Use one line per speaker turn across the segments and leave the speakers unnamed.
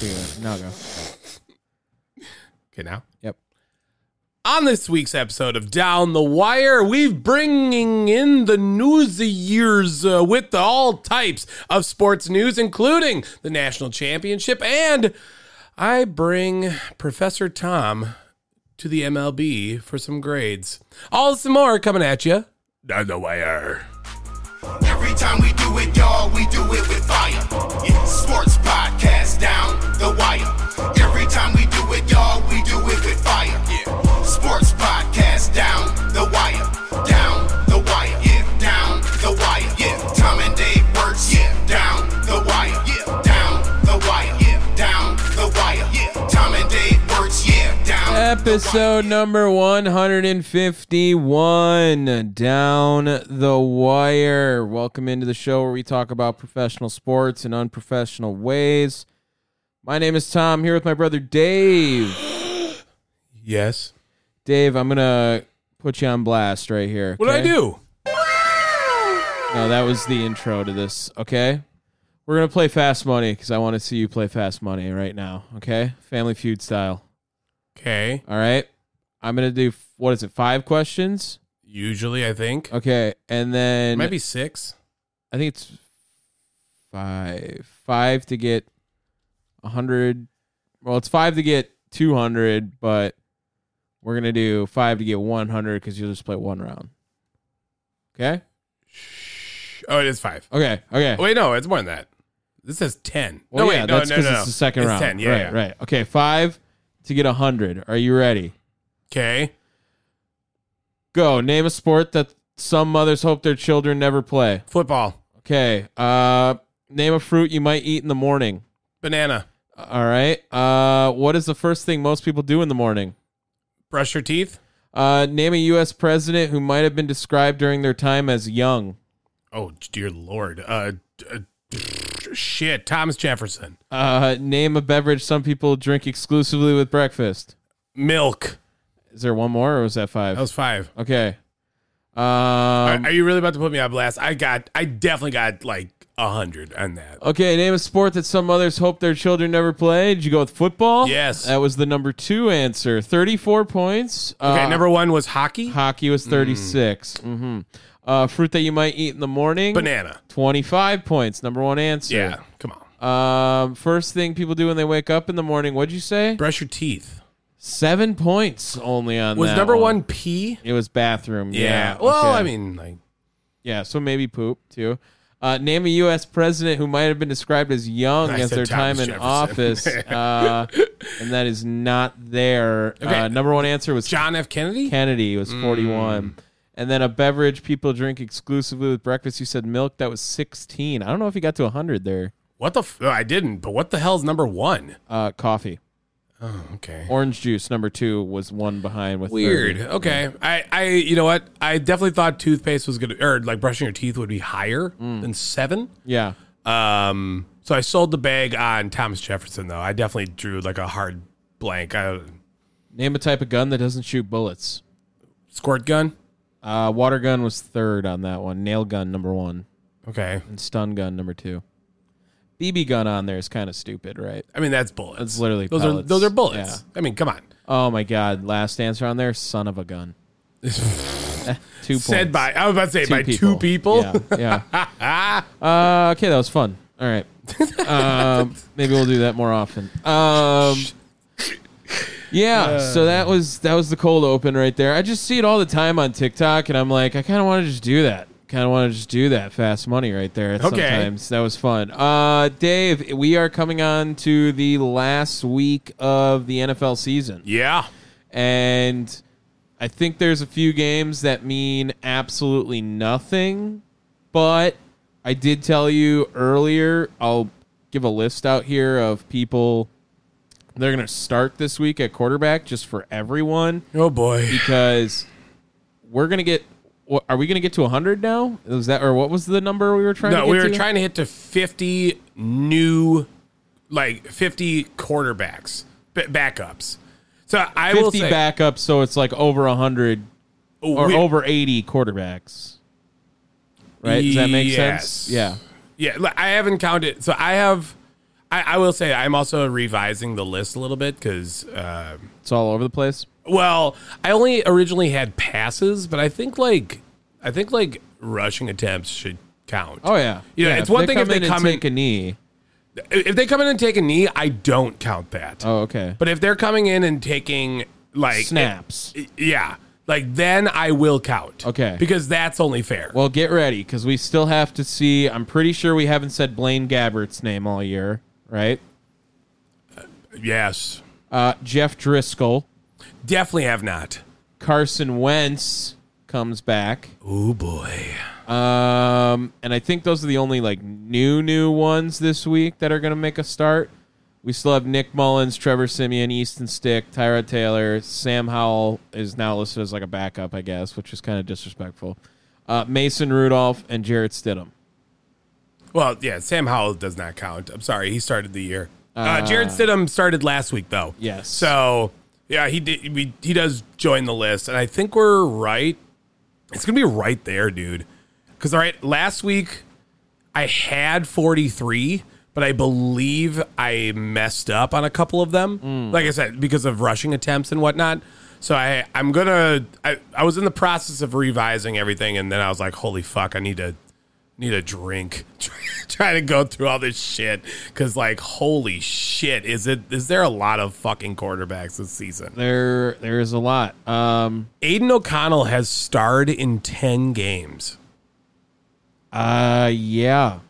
Dude, no go.
Okay, now.
Yep.
On this week's episode of Down the Wire, we're bringing in the news of years uh, with all types of sports news, including the national championship. And I bring Professor Tom to the MLB for some grades. All this and more coming at you. Down the Wire.
Every time we do it, y'all, we do it with fire. Yeah, sports podcast down the wire. Every time we do it, y'all, we do it with fire. Yeah, sports podcast down the wire. Down the wire. Yeah, down the wire. Yeah, Tom and Dave works. Yeah, down the wire. Yeah, down the wire. Yeah, down the wire. Yeah, Tom and Dave works. Yeah, down.
Episode number 151 Down the Wire. Welcome into the show where we talk about professional sports in unprofessional ways. My name is Tom, here with my brother Dave.
Yes.
Dave, I'm going to put you on blast right here.
What did I
okay?
do?
No, that was the intro to this, okay? We're going to play Fast Money because I want to see you play Fast Money right now, okay? Family Feud style.
Okay.
All right. I'm going to do, what is it, five questions?
Usually, I think.
Okay. And then
Might be six.
I think it's five. Five to get a 100. Well, it's five to get 200, but we're going to do five to get 100 because you'll just play one round. Okay.
Oh, it is five.
Okay. Okay.
Wait, no, it's more than that. This says ten.
Well,
no, wait,
yeah,
no,
that's
no, no, no.
it's the second round.
ten. Yeah,
right,
yeah.
right. Okay, five to get a hundred. Are you ready?
Okay.
Go. Name a sport that some mothers hope their children never play.
Football.
Okay. Uh, name a fruit you might eat in the morning.
Banana.
All right. Uh, what is the first thing most people do in the morning?
Brush your teeth.
Uh, name a U.S. president who might have been described during their time as young.
Oh dear lord. Uh, d- uh shit. Thomas Jefferson.
Uh, name a beverage some people drink exclusively with breakfast.
Milk.
Is there one more, or was that five?
That was five.
okay. Um,
are, are you really about to put me on blast? I got. I definitely got like a hundred on that.
Okay, name a sport that some mothers hope their children never play. Did you go with football?
Yes.
That was the number two answer. 34 points.
Okay.
Uh,
number one was hockey.
Hockey was 36. hmm Uh, fruit that you might eat in the morning?
Banana.
25 points. Number one answer.
Yeah. Come on.
Yeah. Um, first thing people do when they wake up in the morning, what'd you say?
Brush your teeth.
Seven points only on
Was
that
number one P?
It was bathroom. Yeah.
Yeah. Well,
okay.
I mean, like
Yeah, so maybe poop too. Uh, name a U.S. president who might have been described as young
I
as
said
their time
Thomas
in
Jefferson.
office, uh, and that is not there. Uh,
Okay.
number one answer was
John Hmm. F. Kennedy.
Kennedy was forty-one, and then a beverage people drink exclusively with breakfast. You said milk. That was sixteen. I don't know if you got to hundred there.
what the? F- oh, I didn't. But what the hell's number one?
Uh, coffee,
Oh, okay.
orange juice. Number two was one behind with 30.
Weird. Okay. I, I, you know what? I definitely thought toothpaste was gonna, or like brushing your teeth would be higher than seven.
Yeah.
Mm. Um. So I sold the bag on Thomas Jefferson, though. I definitely drew like a hard blank. I,
Name a type of gun that doesn't shoot bullets.
squirt gun.
Uh, water gun was third on that one. Nail gun number one.
Okay.
and stun gun number two. BB gun on there is kind of stupid, right?
I mean, that's bullets.
That's literally
those are
pellets.
those are bullets. I mean, come on.
Oh my god! Last answer on there, son of a gun. two
Said
points.
by I was about to say by two people.
Yeah. yeah. uh, okay, that was fun. All right. Um, maybe we'll do that more often. Um, yeah. So that was that was the cold open right there. I just see it all the time on TikTok, and I'm like, I kind of want to just do that. Kind of want to just do that fast money right there.
Okay.
Sometimes that was fun. Uh, Dave, we are coming on to the last week of the NFL season
Yeah.
and I think there's a few games that mean absolutely nothing, but I did tell you earlier, I'll give a list out here of people they're going to start this week at quarterback just for everyone
Oh boy.
because we're going to get. What, are we going to get to 100 now? Is that or what was the number we were trying? to
No,
get
we were
to?
trying to hit to 50 new, like 50 quarterbacks, b- backups. So I will
50
say,
backups, so it's like over 100 or
we-
over 80 quarterbacks. Right? Does that make sense?
Yes.
Yeah.
Yeah, li- I haven't counted. So I have, I, I will say, I'm also revising the list a little bit because, uh,
It's all over the place.
well, I only originally had passes, but I think like, I think like rushing attempts should count.
Oh yeah.
Yeah, it's one thing if they
in and
come in-
take a knee.
If they come in and take a knee, I don't count that.
Oh okay.
But if they're coming in and taking like
Snaps.
Yeah. Like then I will count.
Okay.
Because that's only fair.
well, get ready because we still have to see. I'm pretty sure we haven't said Blaine Gabbert's name all year, right?
yes.
Uh, Jeff Driscoll,
Definitely have not.
Carson Wentz comes back,
Oh boy.
um, and I think those are the only like new new ones this week that are going to make a start. We still have Nick Mullins, Trevor Simeon, Easton Stick, Tyrod Taylor, Sam Howell is now listed as like a backup, I guess, which is kind of disrespectful. Uh, Mason Rudolph and Jarrett Stidham.
Well, yeah, Sam Howell does not count. I'm sorry, he started the year. Uh,
Ah.
Jared Stidham started last week though.
Yes.
So yeah, he did we he does join the list. And I think we're right. It's gonna be right there, dude. Cause all right, last week I had 43, but I believe I messed up on a couple of them. Like I said, because of rushing attempts and whatnot. So I, I'm gonna. I, I was in the process of revising everything, and then I was like, "Holy fuck! I need to, need a drink." Trying to go through all this shit because, like, holy shit! Is it? Is there a lot of fucking quarterbacks this season?
There, there is a lot. Um,
Aiden O'Connell has starred in ten games.
uh, yeah,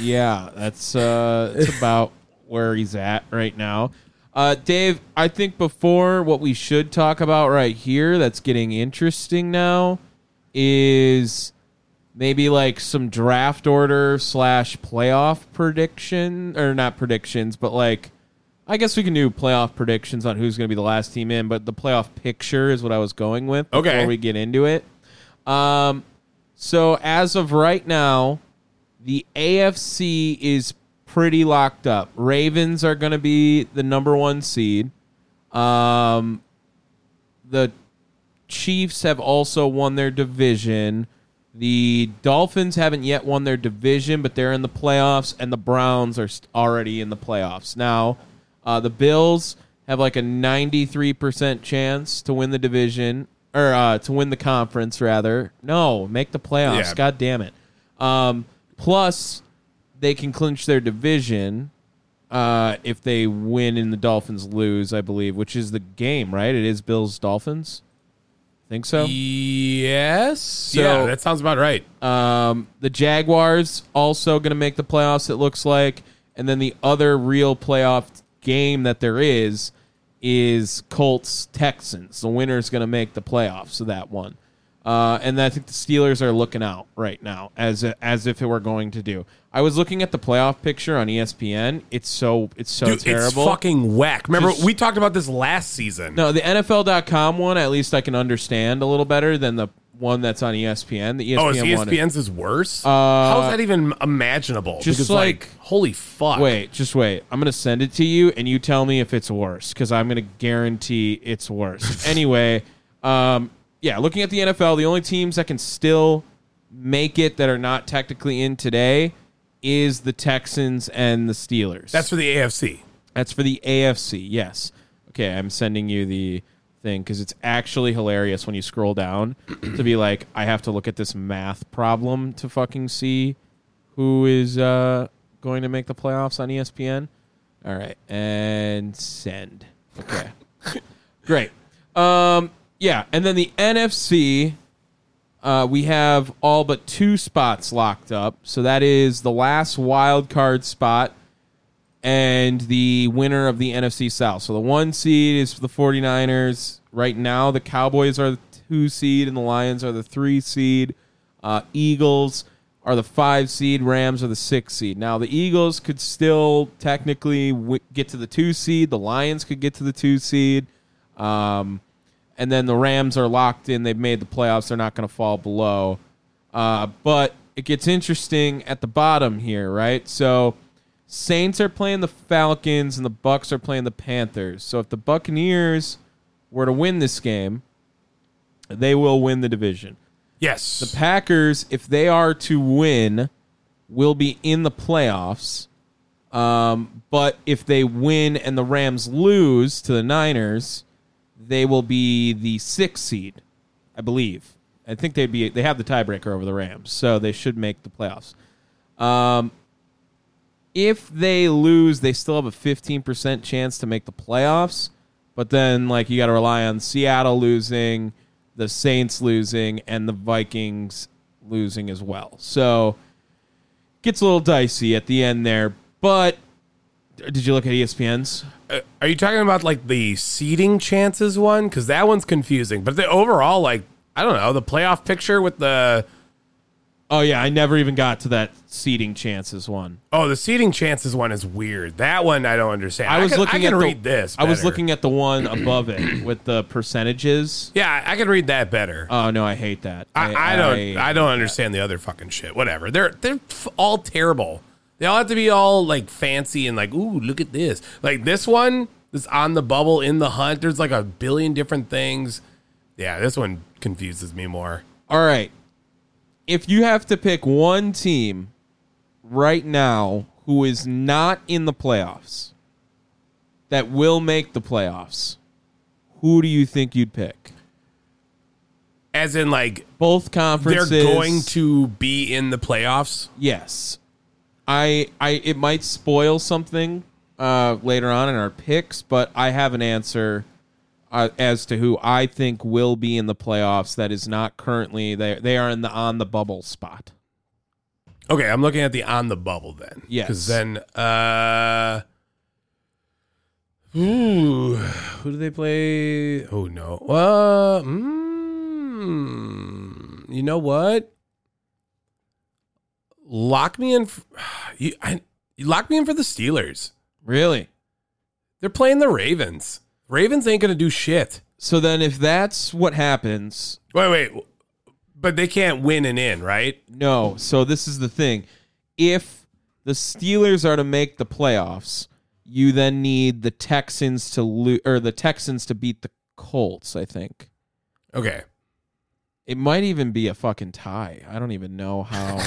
yeah. That's uh, that's about where he's at right now. Uh, Dave, I think before what we should talk about right here, that's getting interesting now, is maybe like some draft order slash playoff prediction or not predictions, but like. I guess we can do playoff predictions on who's going to be the last team in, but the playoff picture is what I was going with before
Okay.
we get into it. Um, so as of right now, the AFC is pretty locked up. Ravens are going to be the number one seed. Um, the Chiefs have also won their division. The Dolphins haven't yet won their division, but they're in the playoffs, and the Browns are st- already in the playoffs. Now, uh, the Bills have like a 93% chance to win the division, or uh, to win the conference, rather. No, make the playoffs.
Yeah.
God damn it. Um, plus, they can clinch their division uh, if they win and the Dolphins lose, I believe, which is the game, right? It is Bills Dolphins. Think so.
Yes. yeah, that sounds about right.
Um, the Jaguars also going to make the playoffs. It looks like, and then the other real playoff game that there is is Colts Texans. The winner's going to make the playoffs of that one. Uh, and I think the Steelers are looking out right now as as if it were going to do. I was looking at the playoff picture on E ESPN. It's so it's so
Dude,
terrible.
it's fucking whack. Remember,
Just-
we talked about this last season.
No, the NFL.com one, at least I can understand a little better than the one that's on E ESPN. The ESPN,
oh, is
one.
ESPN's is worse? How is that even imaginable?
Uh, just like-
holy fuck.
Wait, just wait. I'm going to send it to you and you tell me if it's worse because I'm going to guarantee it's worse. anyway, um, yeah, looking at the NFL, the only teams that can still make it that are not technically in today is the Texans and the Steelers.
That's for the AFC.
That's for the AFC. Yes. Okay, I'm sending you the thing because it's actually hilarious when you scroll down to be like, I have to look at this math problem to fucking see who is uh, going to make the playoffs on E ESPN. All right, and send. Okay, great. Um, yeah, and then the NFC. Uh, we have all but two spots locked up, so that is the last wild card spot and the winner of the NFC South. So the one seed is the 49ers. Right now, the Cowboys are the two seed and the Lions are the three seed. Uh, Eagles are the five seed. Rams are the six seed. Now the Eagles could still technically w- get to the two seed. The Lions could get to the two seed. Um, and then the Rams are locked in. They've made the playoffs. They're not going to fall below. Uh, but it gets interesting at the bottom here, right? So Saints are playing the Falcons and the Bucks are playing the Panthers. So if the Buccaneers were to win this game, they will win the division.
Yes. The
Packers, if they are to win, will be in the playoffs. Um, but if they win and the Rams lose to the Niners, they will be the sixth seed, I believe. I think they'd be they have the tiebreaker over the Rams, so they should make the playoffs. Um, if they lose, they still have a fifteen percent chance to make the playoffs. But then, like, you got to rely on Seattle losing, the Saints losing, and the Vikings losing as well. So gets a little dicey at the end there. But did you look at E ESPN's?
Uh, are you talking about like the seeding chances one? Because that one's confusing. But the overall, like, I don't know, the playoff picture with the.
Oh yeah, I never even got to that seeding chances one.
Oh, the seeding chances one is weird. That one I don't understand.
I was
can,
looking
I can
at the-
read this.
I was
better.
looking at the one above it with the percentages.
Yeah, I can read that better.
Oh no, I hate that.
I, I don't. I, don't understand the other fucking shit. Whatever. They're they're f- all terrible. They all have to be all like fancy and like, ooh, look at this. Like this one, this on the bubble in the hunt. There's like a billion different things. Yeah, this one confuses me more.
All right. If you have to pick one team right now who is not in the playoffs that will make the playoffs, who do you think you'd pick?
As in, like
Both conferences.
they're going to be in the playoffs.
Yes. I I it might spoil something uh later on in our picks, but I have an answer uh, as to who I think will be in the playoffs that is not currently they they are in the on the bubble spot.
Okay, I'm looking at the on the bubble then.
Yes.
Because then, uh, ooh, who do they play? Oh no. Uh, mm, you know what? Lock me in. f you, I, you lock me in for the Steelers.
Really?
They're playing the Ravens. Ravens ain't gonna do shit.
So then if that's what happens,
Wait, wait. But they can't win and in, right?
No. So this is the thing. If the Steelers are to make the playoffs, you then need the Texans to lose or the Texans to beat the Colts, I think.
Okay.
It might even be a fucking tie. I don't even know how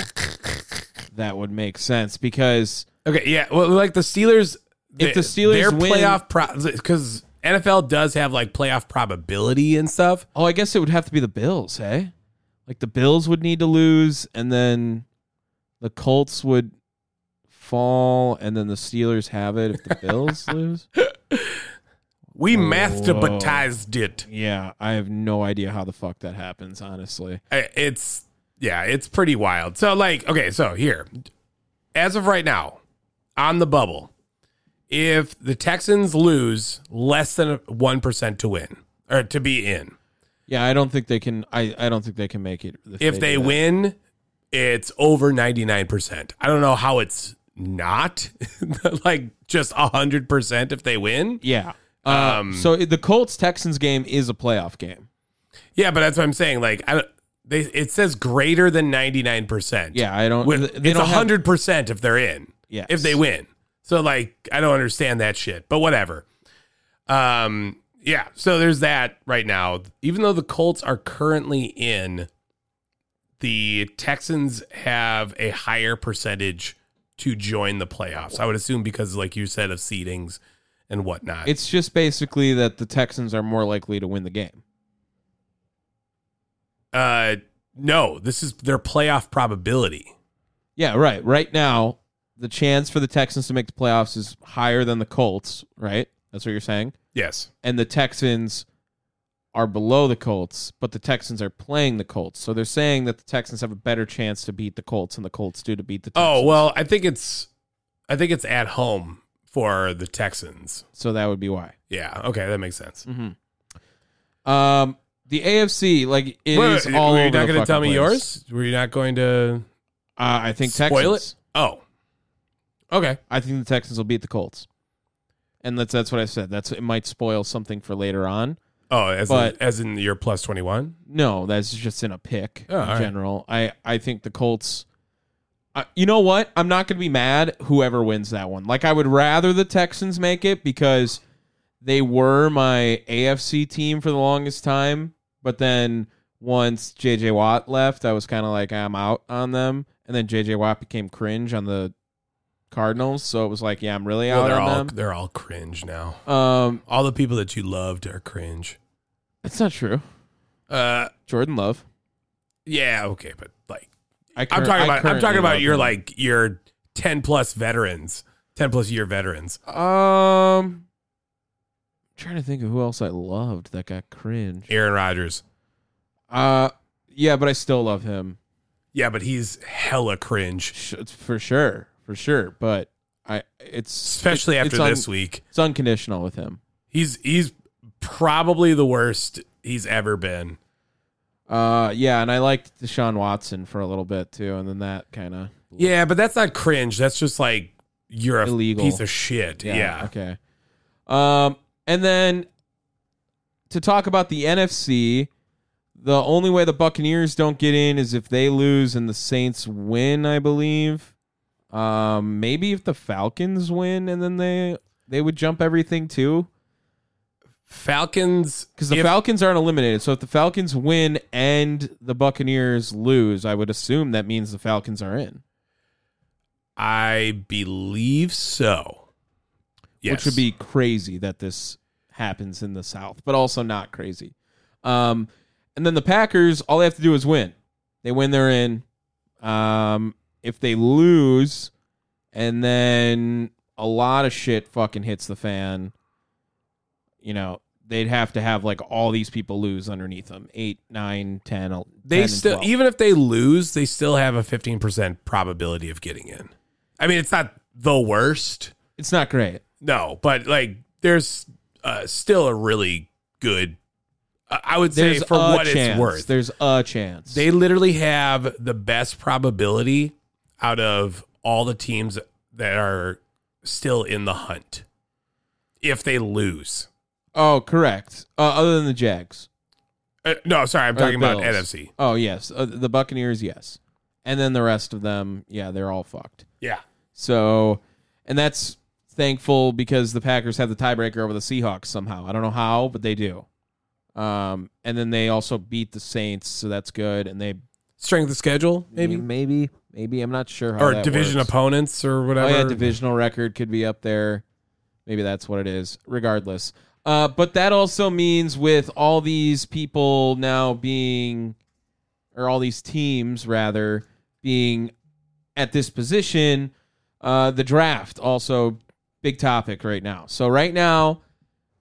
that would make sense because
Okay, yeah. Well, like the Steelers,
If the Steelers
their
win-
playoff because NFL does have like playoff probability and stuff.
oh, I guess it would have to be the Bills, hey? Like the Bills would need to lose and then the Colts would fall and then the Steelers have it if the Bills lose.
We mathematized it.
Yeah, I have no idea how the fuck that happens, honestly.
I- It's yeah, it's pretty wild. So like, okay, so here, as of right now, on the bubble, if the Texans lose less than one percent to win or to be in,
Yeah, I don't think they can. I, I don't think they can make it.
if they
do that.
win, it's over 99%. I don't know how it's not like just 100% if they win.
yeah. Um, so it- the Colts Texans game is a playoff game.
Yeah, but that's what I'm saying. Like, I don't, they, it says greater than 99%.
Yeah, I don't.
With,
they
it's
don't have-
100% if they're in.
Yes.
If they win. So, like, I don't understand that shit, but whatever. Um, yeah, so there's that right now. Even though the Colts are currently in, the Texans have a higher percentage to join the playoffs. I would assume because, like you said, of seedings and whatnot.
it's just basically that the Texans are more likely to win the game.
uh, no, this is their playoff probability.
Yeah, right. Right now, the chance for the Texans to make the playoffs is higher than the Colts. Right. That's what you're saying.
Yes.
and the Texans are below the Colts, but the Texans are playing the Colts. So they're saying that the Texans have a better chance to beat the Colts and the Colts do to beat the Texans.
Oh well, I think it's, I think it's at home for the Texans.
So that would be why.
Yeah. Okay, that makes sense.
Mm-hmm. Um the AFC, like it is
Wait, wait,
all
were you
over
not
the
going to
fucking
tell me
place.
yours? Were you not going to?
Uh, I think
Spoil
Texans.
it. Oh, okay.
I think the Texans will beat the Colts, and that's that's what I said. That's it might spoil something for later on.
Oh, as
But-
in, as in your plus twenty one.
No, that's just in a pick
Oh, all
in
right.
general. I I think the Colts. I you know what? I'm not going to be mad whoever wins that one. Like I would rather the Texans make it because they were my AFC team for the longest time, but then once JJ Watt left, I was kind of like I'm out on them, and then JJ Watt became cringe on the Cardinals, so it was like, yeah, I'm really
Well,
out
they're
on
all
them.
they're all cringe now.
Um,
All the people that you loved are cringe.
that's not true.
Uh,
Jordan Love.
yeah, okay, but like
I
I'm
cur-
talking
I
about I'm
currently
talking about
love
your
him.
like your ten plus veterans, ten plus year veterans.
Um, trying to think of who else I loved that got cringe.
Aaron Rodgers.
Uh, yeah, but I still love him
Yeah, but he's hella cringe,
Sh- it's for sure, for sure. But I, it's
especially
it's-
after
it's un-
this week.
It's unconditional with him.
He's he's probably the worst he's ever been.
Uh, yeah, and I liked Deshaun Watson for a little bit too, and then that kind of
Yeah, but that's not cringe. That's just like you're a
Illegal.
piece of shit. Yeah.
Okay. Um, and then to talk about the NFC, the only way the Buccaneers don't get in is if they lose and the Saints win, I believe. Um, maybe if the Falcons win and then they they would jump everything too.
Falcons
Because the
if-
Falcons aren't eliminated. So if the Falcons win and the Buccaneers lose, I would assume that means the Falcons are in.
I believe so. Yes.
which would be crazy that this happens in the South, but also not crazy. Um, and then the Packers, all they have to do is win. They win, they're in. Um, if they lose, and then a lot of shit fucking hits the fan, you know, they'd have to have like all these people lose underneath them eight, nine, ten. el-
they
10, and
still
12.
even if they lose, they still have a 15% probability of getting in. I mean, it's not the worst.
it's not great.
No, but like there's uh, still a really good I I would say
There's
for
a
what
chance.
it's worth.
There's a chance.
They literally have the best probability out of all the teams that are still in the hunt if they lose.
oh, correct. Uh, other than the Jags.
Uh, no, sorry, I'm
Or the
talking about
Bills.
NFC.
Oh yes, uh, the Buccaneers, yes, and then the rest of them, yeah, they're all fucked.
Yeah.
So, and that's thankful because the Packers have the tiebreaker over the Seahawks somehow. I don't know how, but they do. Um, and then they also beat the Saints, so that's good. And they
Strength of schedule, maybe?
maybe, maybe I'm not sure. How
or
that
division
works.
opponents or whatever.
Oh yeah, divisional record could be up there. Maybe that's what it is. Regardless, uh, but that also means with all these people now being, or all these teams rather being at this position, uh, the draft also big topic right now. So right now,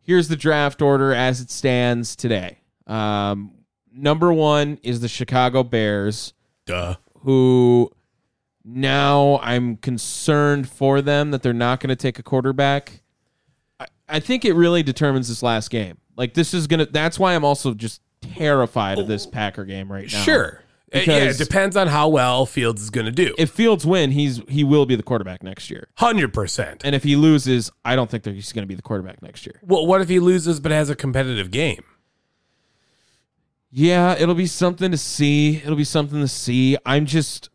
here's the draft order as it stands today. Um, number one is the Chicago Bears
Duh.
who now I'm concerned for them that they're not going to take a quarterback. I, I think it really determines this last game. Like this is gonna. That's why I'm also just terrified of this Packer game right now.
Sure. Uh, yeah,
Because-
it depends on how well Fields is going to do.
If Fields win, he's he will be the quarterback next year.
100%.
And if he loses, I don't think that he's going to be the quarterback next year.
Well, what if he loses but has a competitive game?
Yeah, it'll be something to see. It'll be something to see. I'm just,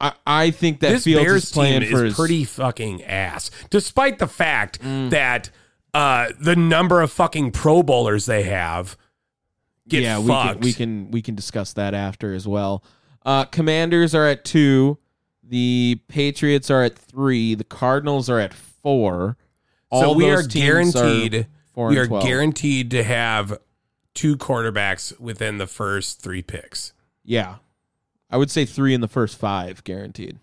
I I think that
this
Fields
Bears
is playing
team
for
is
his Mm.
pretty fucking ass, despite the fact that uh, the number of fucking Pro Bowlers they have get
yeah,
fucked.
we can we can we can discuss that after as well. Uh, Commanders are at two, the Patriots are at three, the Cardinals are at four.
so we are
those teams
guaranteed.
four
we
and
are
12.
guaranteed to have two quarterbacks within the first three picks.
Yeah, I would say three in the first five, guaranteed.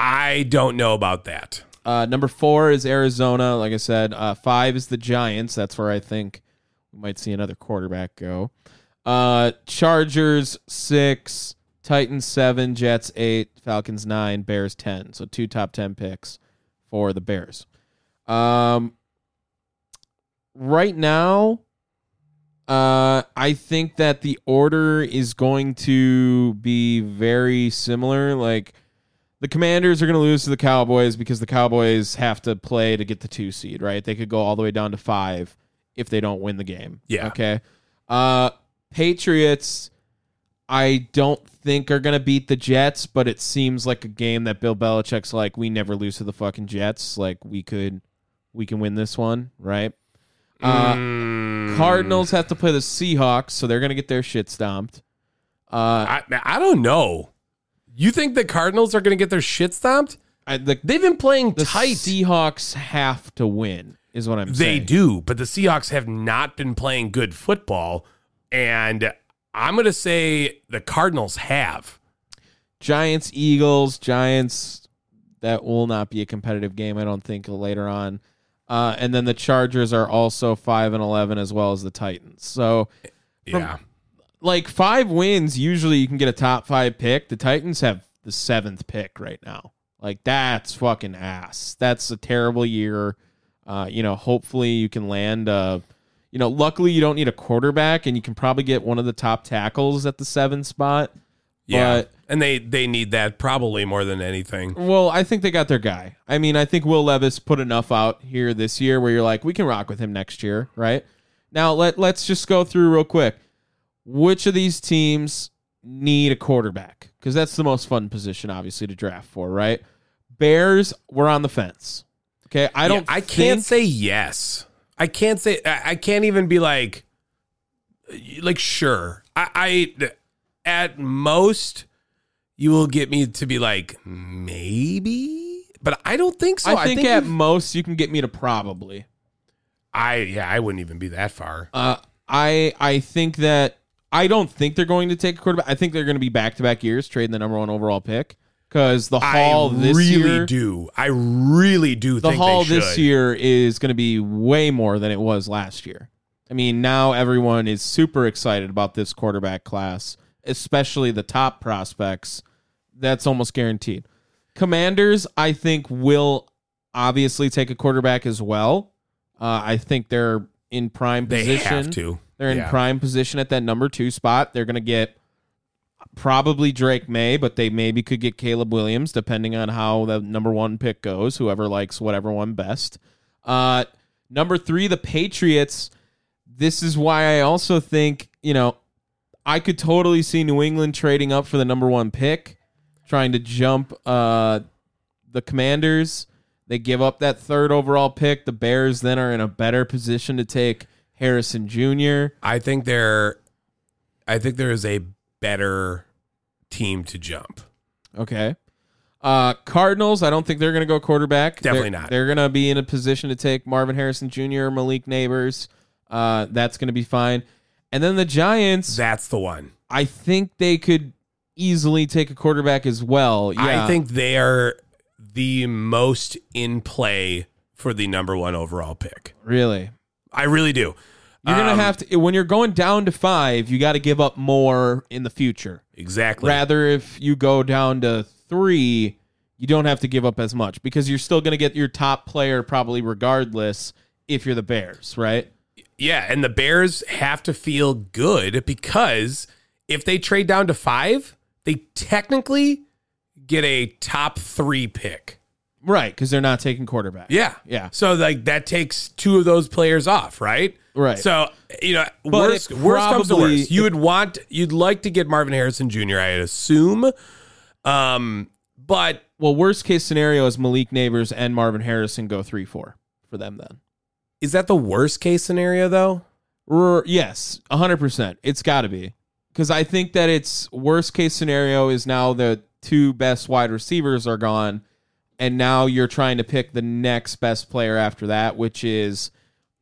I don't know about that.
Uh, number four is Arizona. Like I said, uh, five is the Giants. That's where I think we might see another quarterback go. Uh, Chargers six, Titans seven, Jets eight, Falcons nine, Bears ten. So two top ten picks for the Bears. Um, right now, Uh, I think that the order is going to be very similar. Like the Commanders are going to lose to the Cowboys because the Cowboys have to play to get the two seed. Right? They could go all the way down to five if they don't win the game.
Yeah.
Okay. Uh, Patriots. I don't think are going to beat the Jets, but it seems like a game that Bill Belichick's like, we never lose to the fucking Jets. Like we could, we can win this one, right? Uh,
Mm.
Cardinals have to play the Seahawks, so they're going to get their shit stomped. Uh,
I, I don't know. You think the Cardinals are going to get their shit stomped?
I, the,
They've been playing
the
tight.
Seahawks have to win, is what I'm
They
saying.
do, but the Seahawks have not been playing good football. And I'm going to say the Cardinals have.
Giants, Eagles, Giants. That will not be a competitive game, I don't think, later on. Uh, and then the Chargers are also five and eleven, as well as the Titans. So,
Yeah.
like five wins, usually you can get a top five pick. The Titans have the seventh pick right now. Like that's fucking ass. That's a terrible year. Uh, you know, hopefully you can land. Uh, you know, luckily you don't need a quarterback, and you can probably get one of the top tackles at the seven spot.
yeah.
But-
and they, they need that probably more than anything.
Well, I think they got their guy. I mean, I think Will Levis put enough out here this year where you're like, we can rock with him next year, right? Now let let's just go through real quick. Which of these teams need a quarterback? Because that's the most fun position, obviously, to draft for, right? Bears were on the fence. Okay, I don't.
I can't
think-
say yes. I can't say. I I can't even be like, like sure. I, I at most, you will get me to be like maybe, but I don't think so.
I think, at
you-
most you can get me to probably.
I yeah, I wouldn't even be that far.
Uh, I I think that I don't think they're going to take a quarterback. I think they're going to be back to back years trading the number one overall pick because the haul
I
this
really
year,
do. I really do.
the
think
haul
they
this
should.
year is going to be way more than it was last year. I mean, now everyone is super excited about this quarterback class, especially the top prospects. That's almost guaranteed. Commanders, I think, will obviously take a quarterback as well. Uh, I think they're in prime
They
position.
have to.
They're in
Yeah.
prime position at that number two spot. They're going to get probably Drake May, but they maybe could get Caleb Williams, depending on how the number one pick goes, whoever likes whatever one best. Uh, number three, the Patriots. This is why I also think, you know, I could totally see New England trading up for the number one pick, trying to jump uh, the Commanders. They give up that third overall pick. The Bears then are in a better position to take Harrison Jr.
I think there, I think there is a better team to jump.
Okay. Uh, Cardinals, I don't think they're going to go quarterback.
Definitely
They're-
not.
They're going to be in a position to take Marvin Harrison Jr., Malik Neighbors. Uh, that's going to be fine. And then the Giants,
That's the one.
I think they could easily take a quarterback as well. Yeah.
I think they are the most in play for the number one overall pick.
really.
I really do.
You're going
Um,
to have to, when you're going down to five, you got to give up more in the future.
exactly.
Rather, if you go down to three, you don't have to give up as much because you're still going to get your top player probably regardless if you're the Bears, right?
yeah, and the Bears have to feel good because if they trade down to five, they technically get a top three pick.
Right, because they're not taking quarterback.
Yeah,
Yeah.
So like that takes two of those players off, right?
Right.
So you know,
But
worst,
it
worst comes to
probably-
worst, you would want, you'd like to get Marvin Harrison Jr. I assume, um, but
Well, worst case scenario is Malik Neighbors and Marvin Harrison go three four for them then.
Is that the worst case scenario though?
R- yes, hundred percent. It's got to be because I think that it's worst case scenario is now the two best wide receivers are gone, and now you're trying to pick the next best player after that, which is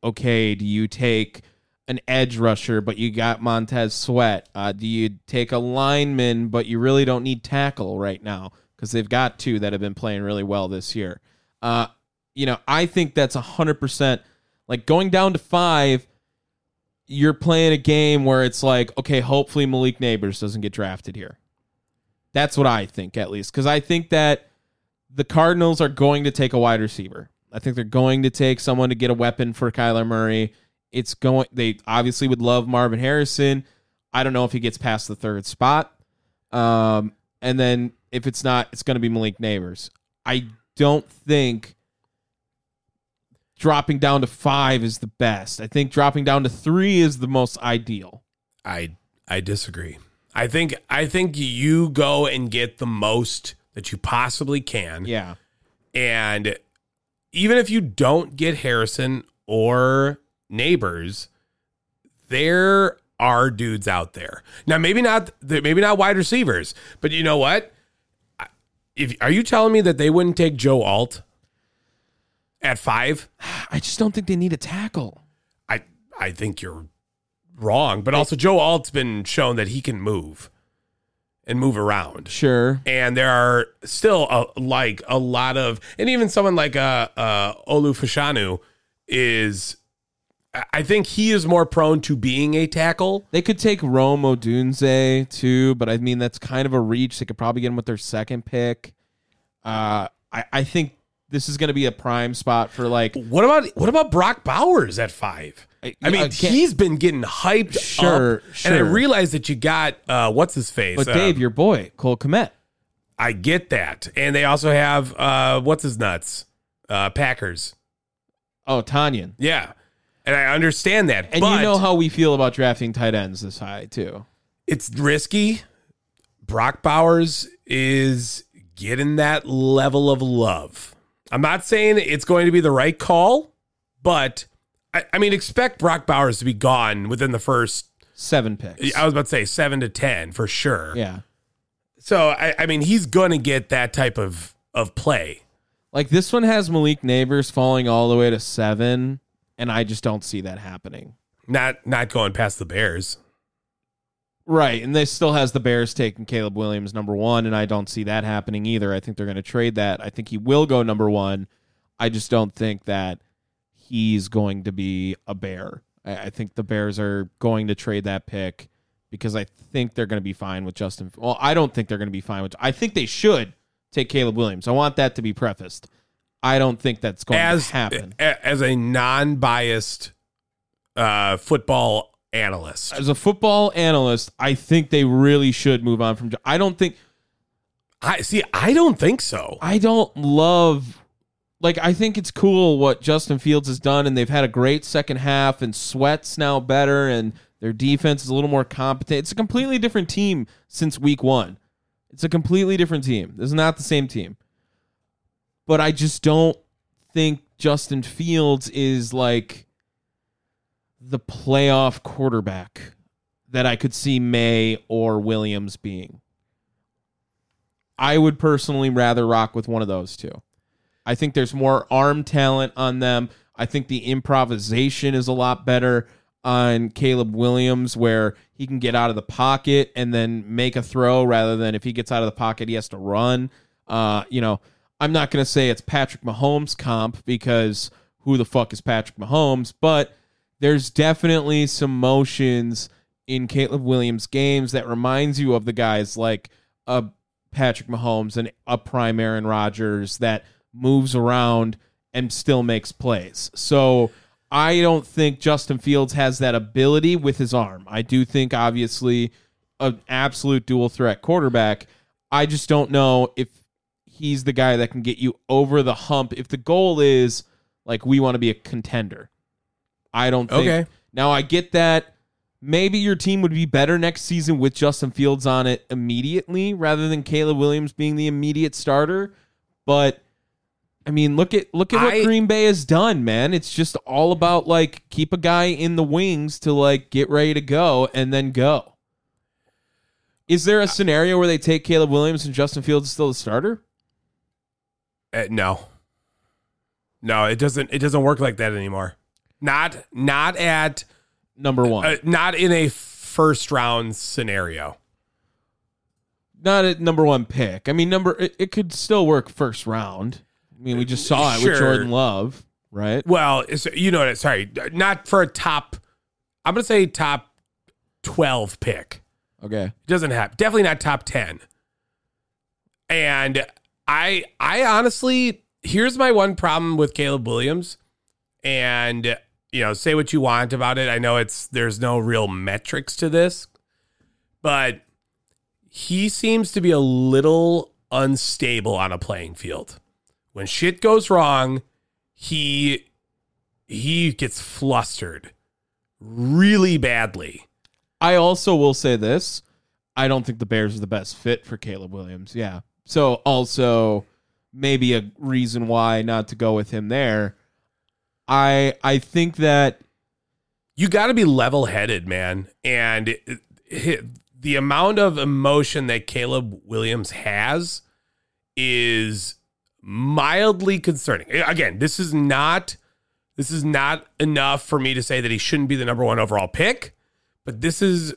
okay. Do you take an edge rusher, but you got Montez Sweat? Uh, do you take a lineman, but you really don't need tackle right now because they've got two that have been playing really well this year. Uh, you know, I think that's hundred percent. Like going down to five, you're playing a game where it's like, okay, hopefully Malik Neighbors doesn't get drafted here. That's what I think, at least, because I think that the Cardinals are going to take a wide receiver. I think they're going to take someone to get a weapon for Kyler Murray It's going. They obviously would love Marvin Harrison. I don't know if he gets past the third spot. Um, and then if it's not, it's going to be Malik Neighbors. I don't think dropping down to five is the best. I think dropping down to three is the most ideal.
I I disagree. I think I think you go and get the most that you possibly can.
Yeah.
And even if you don't get Harrison or neighbors, there are dudes out there. Now maybe not maybe not wide receivers, but you know what? If are you telling me that they wouldn't take Joe Alt at 5?
I just don't think they need a tackle.
I I think you're wrong, but also Joe Alt's been shown that he can move and move around.
Sure.
And there are still a, like a lot of, and even someone like uh, uh, Olu is, I- I think he is more prone to being a tackle.
They could take Rome Odunze too, but I mean that's kind of a reach. They could probably get him with their second pick. Uh, I I think this is going to be a prime spot for like
What about what about Brock Bowers at five? I,
I-
mean,
I can't-
he's been getting hyped.
Sure,
up, And I
sure.
realize that you got uh, what's his face.
but
Uh,
Dave, your boy Cole Komet.
I get that, and they also have uh, what's his nuts, uh, Packers.
Oh, Tanyan.
Yeah, and I understand that.
And
but
you know how we feel about drafting tight ends this high too.
it's risky. Brock Bowers is getting that level of love. I'm not saying it's going to be the right call, but I, I mean, expect Brock Bowers to be gone within the first,
Seven picks.
I was about to say seven to 10 for sure.
yeah.
So, I, I mean, he's going to get that type of, of play.
Like this one has Malik Neighbors falling all the way to seven, and I just don't see that happening.
Not not going past the Bears.
Right, and this still has the Bears taking Caleb Williams number one, and I don't see that happening either. I think they're going to trade that. I think he will go number one. I just don't think that he's going to be a Bear. I, I think the Bears are going to trade that pick because I think they're going to be fine with Justin. Well, I don't think they're going to be fine with. I think they should take Caleb Williams. I want that to be prefaced. I don't think that's going
as
to happen.
a- as a non-biased uh, football analyst.
As a football analyst, I think they really should move on from. Jo- I don't think
I see. I don't think so.
I don't love like I think it's cool what Justin Fields has done and they've had a great second half and sweats now better and their defense is a little more competent. It's a completely different team since week 1. It's a completely different team. This is not the same team. But I just don't think Justin Fields is like the playoff quarterback that I could see May or Williams being. I would personally rather rock with one of those two. I think there's more arm talent on them. I think the improvisation is a lot better on Caleb Williams, where he can get out of the pocket and then make a throw rather than if he gets out of the pocket, he has to run. Uh, you know, I'm not going to say it's Patrick Mahomes comp because who the fuck is Patrick Mahomes, but there's definitely some motions in Caleb Williams games that reminds you of the guys like a Patrick Mahomes and a prime Aaron Rodgers that moves around and still makes plays. So I don't think Justin Fields has that ability with his arm. I do think obviously an absolute dual threat quarterback. I just don't know if he's the guy that can get you over the hump if the goal is like we want to be a contender. I don't think
Okay.
now I get that maybe your team would be better next season with Justin Fields on it immediately rather than Caleb Williams being the immediate starter. But I mean, look at look at what
I-
Green Bay has done, man. It's just all about like keep a guy in the wings to like get ready to go and then go. Is there a scenario where they take Caleb Williams and Justin Fields is still the starter?
Uh, no. No, it doesn't. It doesn't work like that anymore. Not not at
Number one,
uh, not in a first round scenario.
not at number one pick. I mean, number it, it could still work first round. I mean, we just saw it
Sure.
with Jordan Love, right?
Well, it's, you know what? Sorry, not for a top. I'm gonna say top twelve pick.
Okay,
doesn't happen. Definitely not top 10. And I I honestly here's my one problem with Caleb Williams and you know, say what you want about it. I know it's there's no real metrics to this, but he seems to be a little unstable on a playing field. When shit goes wrong, he he gets flustered really badly.
I also will say this. I don't think the Bears are the best fit for Caleb Williams. Yeah. So also maybe a reason why not to go with him there. I I think that
you got to be level headed, man. And it- it- the amount of emotion that Caleb Williams has is mildly concerning. Again, this is not this is not enough for me to say that he shouldn't be the number 1 overall pick, but this is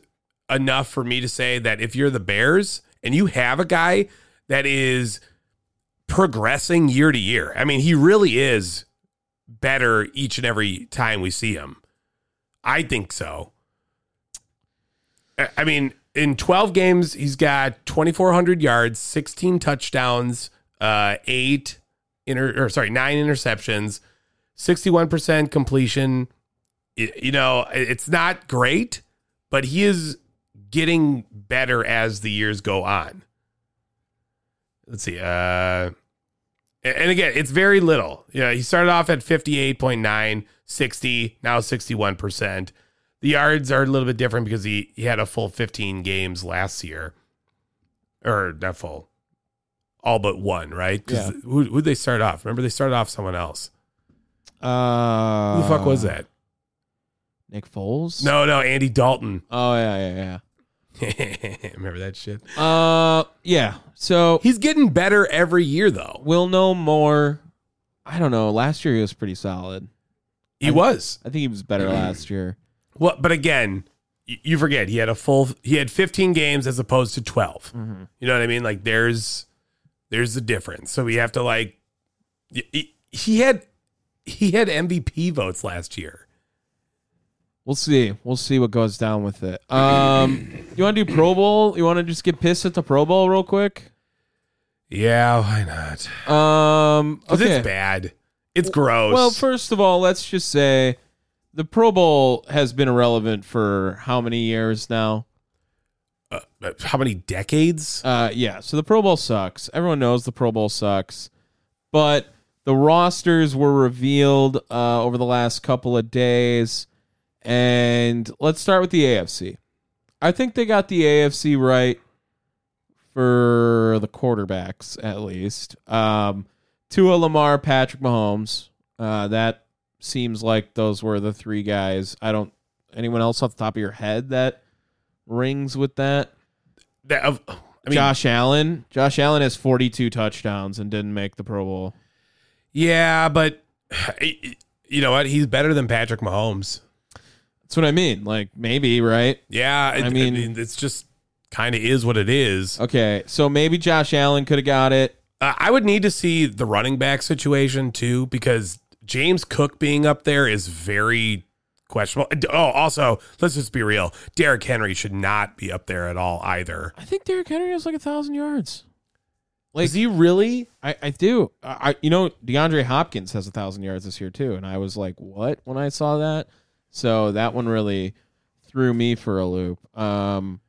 enough for me to say that if you're the Bears and you have a guy that is progressing year to year. I mean, he really is better each and every time we see him. I think so. I- I mean, in 12 games, he's got 2,400 yards, 16 touchdowns, uh, eight inter or sorry, nine interceptions, 61% completion. Y- You know, i- it's not great, but he is getting better as the years go on. Let's see. Uh, a- and again, it's very little. Yeah, he started off at 58.9, 60, now 61%. The yards are a little bit different because he, he had a full 15 games last year. Or not full. All but one, right? 'Cause
Yeah.
Who who'd they start off? Remember they started off someone else.
uh
Who the fuck was
Um,
that?
Nick Foles?
No, no, Andy Dalton.
Oh yeah, yeah,
Remember that shit?
yeah. Uh yeah. So
He's getting better every year though.
we'll know more. I don't know. Last year he was pretty solid.
He was.
I think he was better last year.
Well, but again, y- you forget he had a full he had 15 games as opposed to 12.
Mm-hmm.
You know what I mean? Like there's there's a difference. So we have to like y- y- he had he had MVP votes last year.
We'll see. We'll see what goes down with it. Um, you want to do Pro Bowl? You want to just get pissed at the Pro Bowl real quick?
Yeah, why not?
Um,
'Cause
okay.
It's bad. It's gross.
Well, first of all, let's just say the Pro Bowl has been irrelevant for how many years now?
uh, but how many decades?
Uh, yeah. So the Pro Bowl sucks. Everyone knows the Pro Bowl sucks, but the rosters were revealed uh, over the last couple of days, and let's start with the AFC. I think they got the AFC right for the quarterbacks, at least. Um, Tua, Lamar, Patrick Mahomes. Uh, that seems like those were the three guys. I don't. Anyone else off the top of your head that rings with that?
That, of, I mean,
Josh Allen. Josh Allen has 42 touchdowns and didn't make the Pro Bowl.
yeah, but you know what? He's better than Patrick Mahomes.
That's what I mean. Like maybe, right?
Yeah, it-
I mean-
it's just kind of is what it is.
Okay, so maybe Josh Allen could have got it.
Uh, I would need to see the running back situation too, because James Cook being up there is very questionable. And- Oh, also, let's just be real. Derrick Henry should not be up there at all either.
I think Derrick Henry has like a thousand yards.
is he really?
I, I do. I I- you know DeAndre Hopkins has a thousand yards this year too, and I was like, what when I saw that. So that one really threw me for a loop. Um,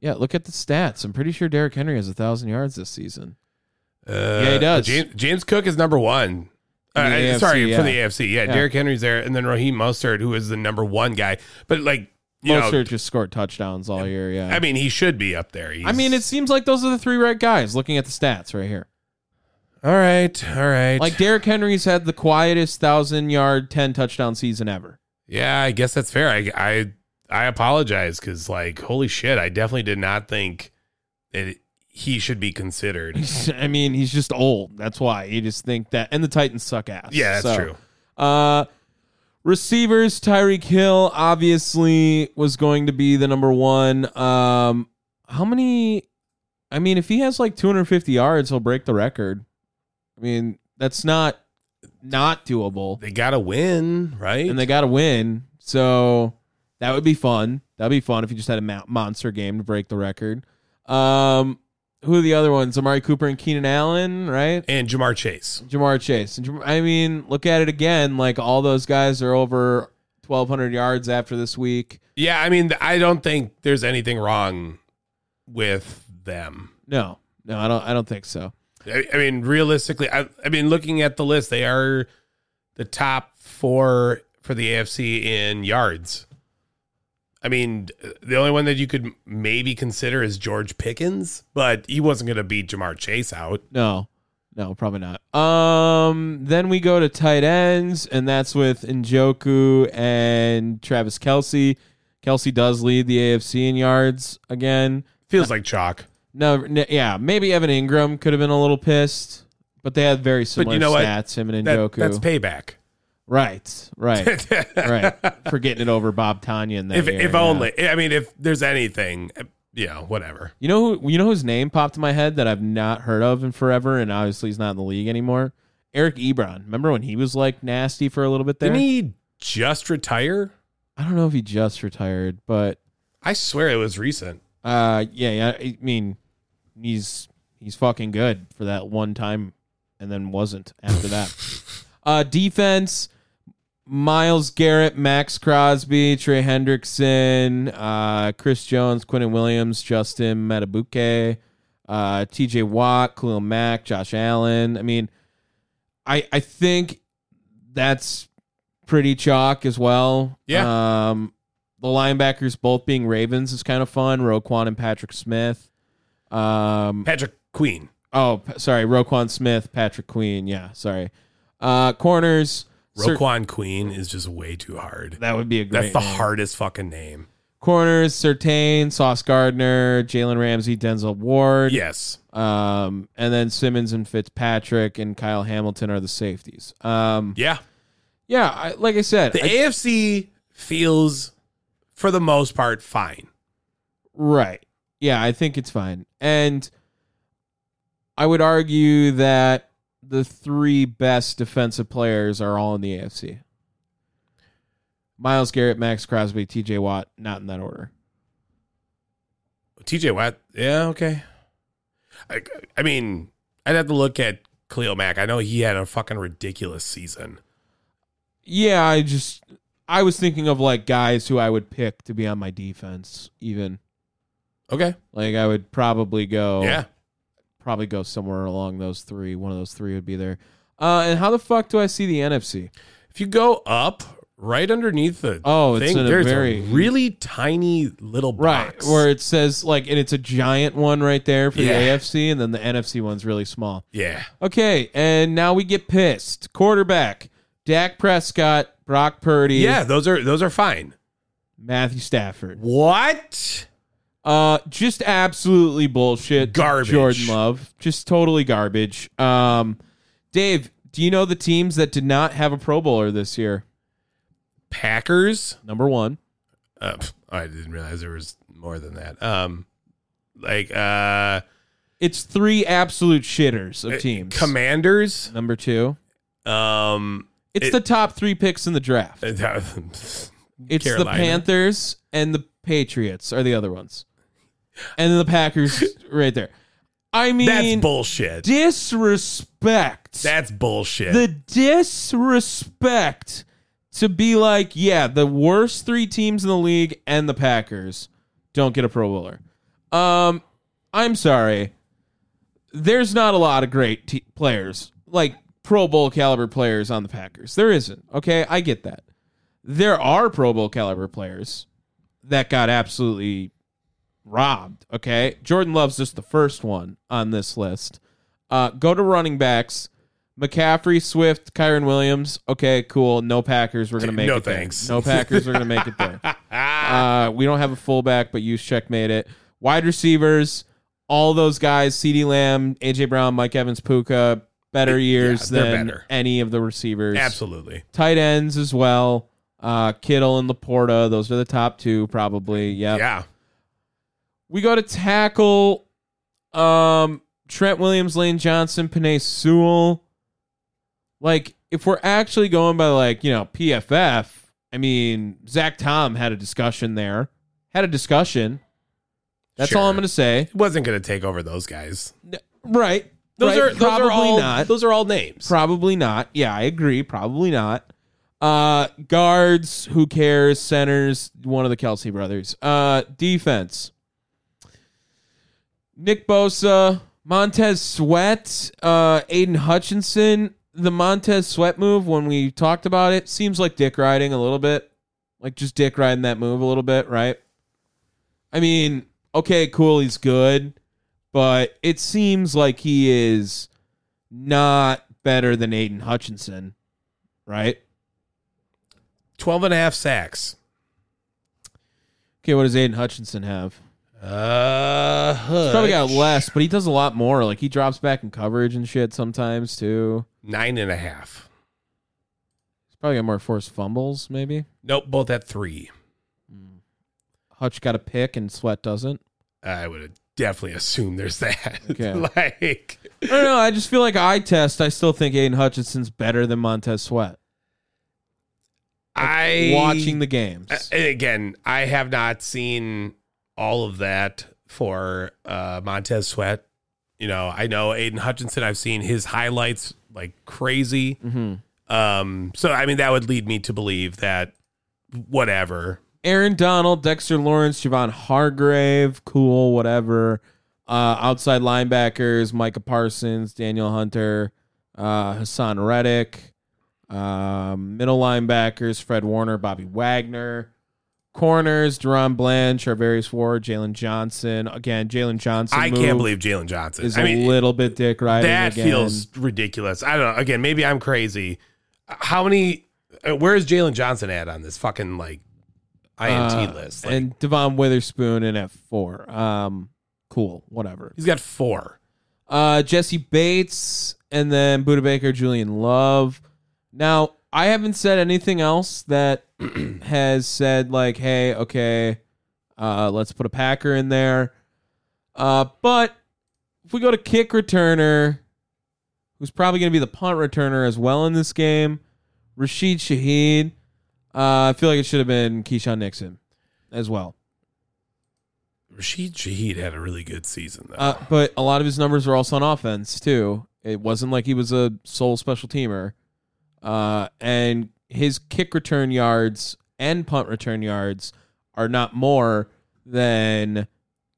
yeah, look at the stats. I'm pretty sure Derrick Henry has a thousand yards this season.
Uh,
Yeah, he does.
James, James Cook is number one. Uh,
In the
uh,
AFC,
sorry,
yeah.
for the AFC. Yeah,
Yeah.
Derrick Henry's there, and then Raheem Mostert, who is the number one guy. But like, you
Mostert
know,
just scored touchdowns all year. Yeah,
I mean, he should be up there.
I
He's-
mean, it seems like those are the three right guys looking at the stats right here.
all right, all right.
Like Derrick Henry's had the quietest thousand yard, ten touchdown season ever.
Yeah, I guess that's fair. I I, I apologize because like holy shit, I definitely did not think that he should be considered.
I mean, he's just old. That's why you just think that. And the Titans suck ass.
Yeah, that's
So,
true.
Uh, receivers, Tyreek Hill obviously was going to be the number one. Um, how many? I mean, if he has like 250 yards, he'll break the record. I mean, that's not not doable.
They got to win, right?
and they got to win. So that would be fun. That'd be fun if you just had a mo- monster game to break the record. Um, who are the other ones? Amari Cooper and Keenan Allen, right?
and Jamar Chase.
Jamar Chase. And Jam- I mean, look at it again. Like all those guys are over 1,200 yards after this week.
Yeah, I mean, I don't think there's anything wrong with them.
No, no, I don't. I don't think so.
I, I mean, realistically, I, I mean, looking at the list, they are the top four for the AFC in yards. I mean, the only one that you could maybe consider is George Pickens, but he wasn't going to beat Jamar Chase out.
No, no, probably not. Um, then we go to tight ends, and that's with Njoku and Travis Kelsey. Kelsey does lead the AFC in yards again.
Feels like chalk.
No, n- yeah, maybe Evan Ingram could have been a little pissed, but they had very similar
you know what?
stats. Him and
That-
Njoku.
that's payback.
right, right, right. For getting it over Bob Tanya in that.
if
year,
if
yeah.
only. I mean, if there's anything, you know, whatever.
You know who you know whose name popped in my head that I've not heard of in forever, and obviously he's not in the league anymore. Eric Ebron. Remember when he was like nasty for a little bit there?
Didn't he just retire?
I don't know if he just retired, but
I swear it was recent.
uh, yeah, yeah. I mean, he's he's fucking good for that one time, and then wasn't after that. uh, defense: Miles Garrett, Max Crosby, Trey Hendrickson, uh, Chris Jones, Quentin Williams, Justin Matabuke, uh, T.J. Watt, Khalil Mack, Josh Allen. I mean, I I think that's pretty chalk as well.
Yeah.
Um, the linebackers both being Ravens is kind of fun. Roquan and Patrick Smith. Um,
Patrick Queen.
oh, p- sorry, Roquan Smith, Patrick Queen. Yeah, sorry. Uh, corners. Cer-
Roquan Queen is just way too hard.
that would be a great.
That's the
name.
hardest fucking name.
Corners: Sertain, Sauce Gardner, Jalen Ramsey, Denzel Ward.
Yes.
Um, and then Simmons and Fitzpatrick and Kyle Hamilton are the safeties. Um,
Yeah.
yeah, I, like I said,
The
I-
AFC feels, for the most part, fine.
Right. Yeah, I think it's fine. And I would argue that the three best defensive players are all in the AFC. Miles Garrett, Max Crosby, TJ Watt, not in that order.
TJ Watt. Yeah. Okay. I, I mean, I'd have to look at Cleo Mack. I know he had a fucking ridiculous season.
Yeah, I just I was thinking of like guys who I would pick to be on my defense even.
Okay.
Like I would probably go
Yeah.
probably go somewhere along those three. One of those three would be there. Uh, and how the fuck do I see the NFC?
If you go up right underneath the
Oh, it's
thing,
in a
there's
very-
a really tiny little
Right,
box.
where it says like, and it's a giant one right there for
Yeah.
the AFC, and then the NFC one's really small.
yeah.
Okay, and now we get pissed. Quarterback: Dak Prescott, Brock Purdy,
Yeah, those are those are fine.
Matthew Stafford.
What?
Uh, just absolutely bullshit.
Garbage.
Jordan Love, just totally garbage. Um, Dave, do you know the teams that did not have a Pro Bowler this year?
Packers?
Number one,
Uh, pff, I didn't realize there was more than that. Um like uh
it's three absolute shitters of teams.
Commanders?
Number two,
Um
it's
It-
the top three picks in the draft.
it's
It's the Panthers and the Patriots are the other ones. And then the Packers right there. I
That's
mean
bullshit.
disrespect.
That's bullshit.
the disrespect to be like, yeah, the worst three teams in the league and the Packers don't get a Pro Bowler. Um, I'm sorry. There's not a lot of great te- players, like Pro Bowl caliber players on the Packers. There isn't. Okay, I get that. There are Pro Bowl caliber players that got absolutely robbed. Okay, Jordan Love's just the first one on this list. Uh, go to running backs. McCaffrey, Swift, Kyron Williams. Okay, cool. No Packers. We're gonna make
No
it. there.
thanks.
No Packers. We're gonna make it there. Uh, we don't have a fullback, but you checkmate it. Wide receivers, all those guys: C.D. Lamb, AJ Brown, Mike Evans, Puka. Better years
they're
than
better.
any of the receivers.
Absolutely.
Tight ends as well. Uh, Kittle and Laporta. Those are the top two, probably. Yep.
Yeah.
We got to tackle um Trent Williams, Lane Johnson, Panay Sewell. Like, if we're actually going by like, you know, PFF, I mean, Zach Tom had a discussion there. Had a discussion. That's all
Sure.
I'm going to say.
Wasn't going to take over those guys.
N- Right.
Those
Right.
are those
probably
are all
not.
those are all names.
Probably not. Yeah, I agree. Probably not. Uh, guards, who cares? Centers, one of the Kelsey brothers. Uh, defense. Nick Bosa, Montez Sweat, uh, Aiden Hutchinson. The Montez Sweat move, when we talked about it, seems like dick riding a little bit. Like just dick riding that move a little bit, right? I mean, okay, cool, he's good, but it seems like he is not better than Aiden Hutchinson, right?
12 and a half sacks.
Okay, what does Aiden Hutchinson have?
Uh,
He's probably got less, but he does a lot more. Like he drops back in coverage and shit sometimes too.
nine and a half.
He's probably got more forced fumbles, maybe.
Nope, both at three.
Hutch got a pick and Sweat doesn't.
I would definitely assume there's that.
Okay.
like,
I don't know. I just feel like eye test. I still think Aiden Hutchinson's better than Montez Sweat.
I
Watching the games,
Uh, and again, I have not seen all of that for uh, Montez Sweat. You know, I know Aiden Hutchinson. I've seen his highlights like crazy.
Mm-hmm.
Um, so I mean, that would lead me to believe that whatever.
Aaron Donald, Dexter Lawrence, Javon Hargrave, cool, whatever. Uh, outside linebackers, Micah Parsons, Daniel Hunter, uh, Hassan Reddick. Um, middle linebackers, Fred Warner, Bobby Wagner. Corners, Deron Bland, Charvarius Ward, Jalen Johnson. Again, Jalen Johnson.
I
move
can't believe Jalen Johnson.
is
I mean,
a little bit dick riding.
that
again.
feels ridiculous. I don't know. Again, maybe I'm crazy. How many? uh, Where is Jalen Johnson at on this fucking like INT
Uh,
list? Like,
and Devon Witherspoon in at four. Um, cool, whatever.
he's got four.
uh, Jesse Bates, and then Buda Baker, Julian Love. Now, I haven't said anything else that has said like, "Hey, okay, uh, let's put a Packer in there." Uh, but if we go to kick returner, who's probably going to be the punt returner as well in this game, Rashid Shaheed. Uh, I feel like it should have been Keyshawn Nixon as well.
Rashid Shaheed had a really good season though.
Uh, but a lot of his numbers were also on offense too. It wasn't like he was a sole special teamer. Uh, and his kick return yards and punt return yards are not more than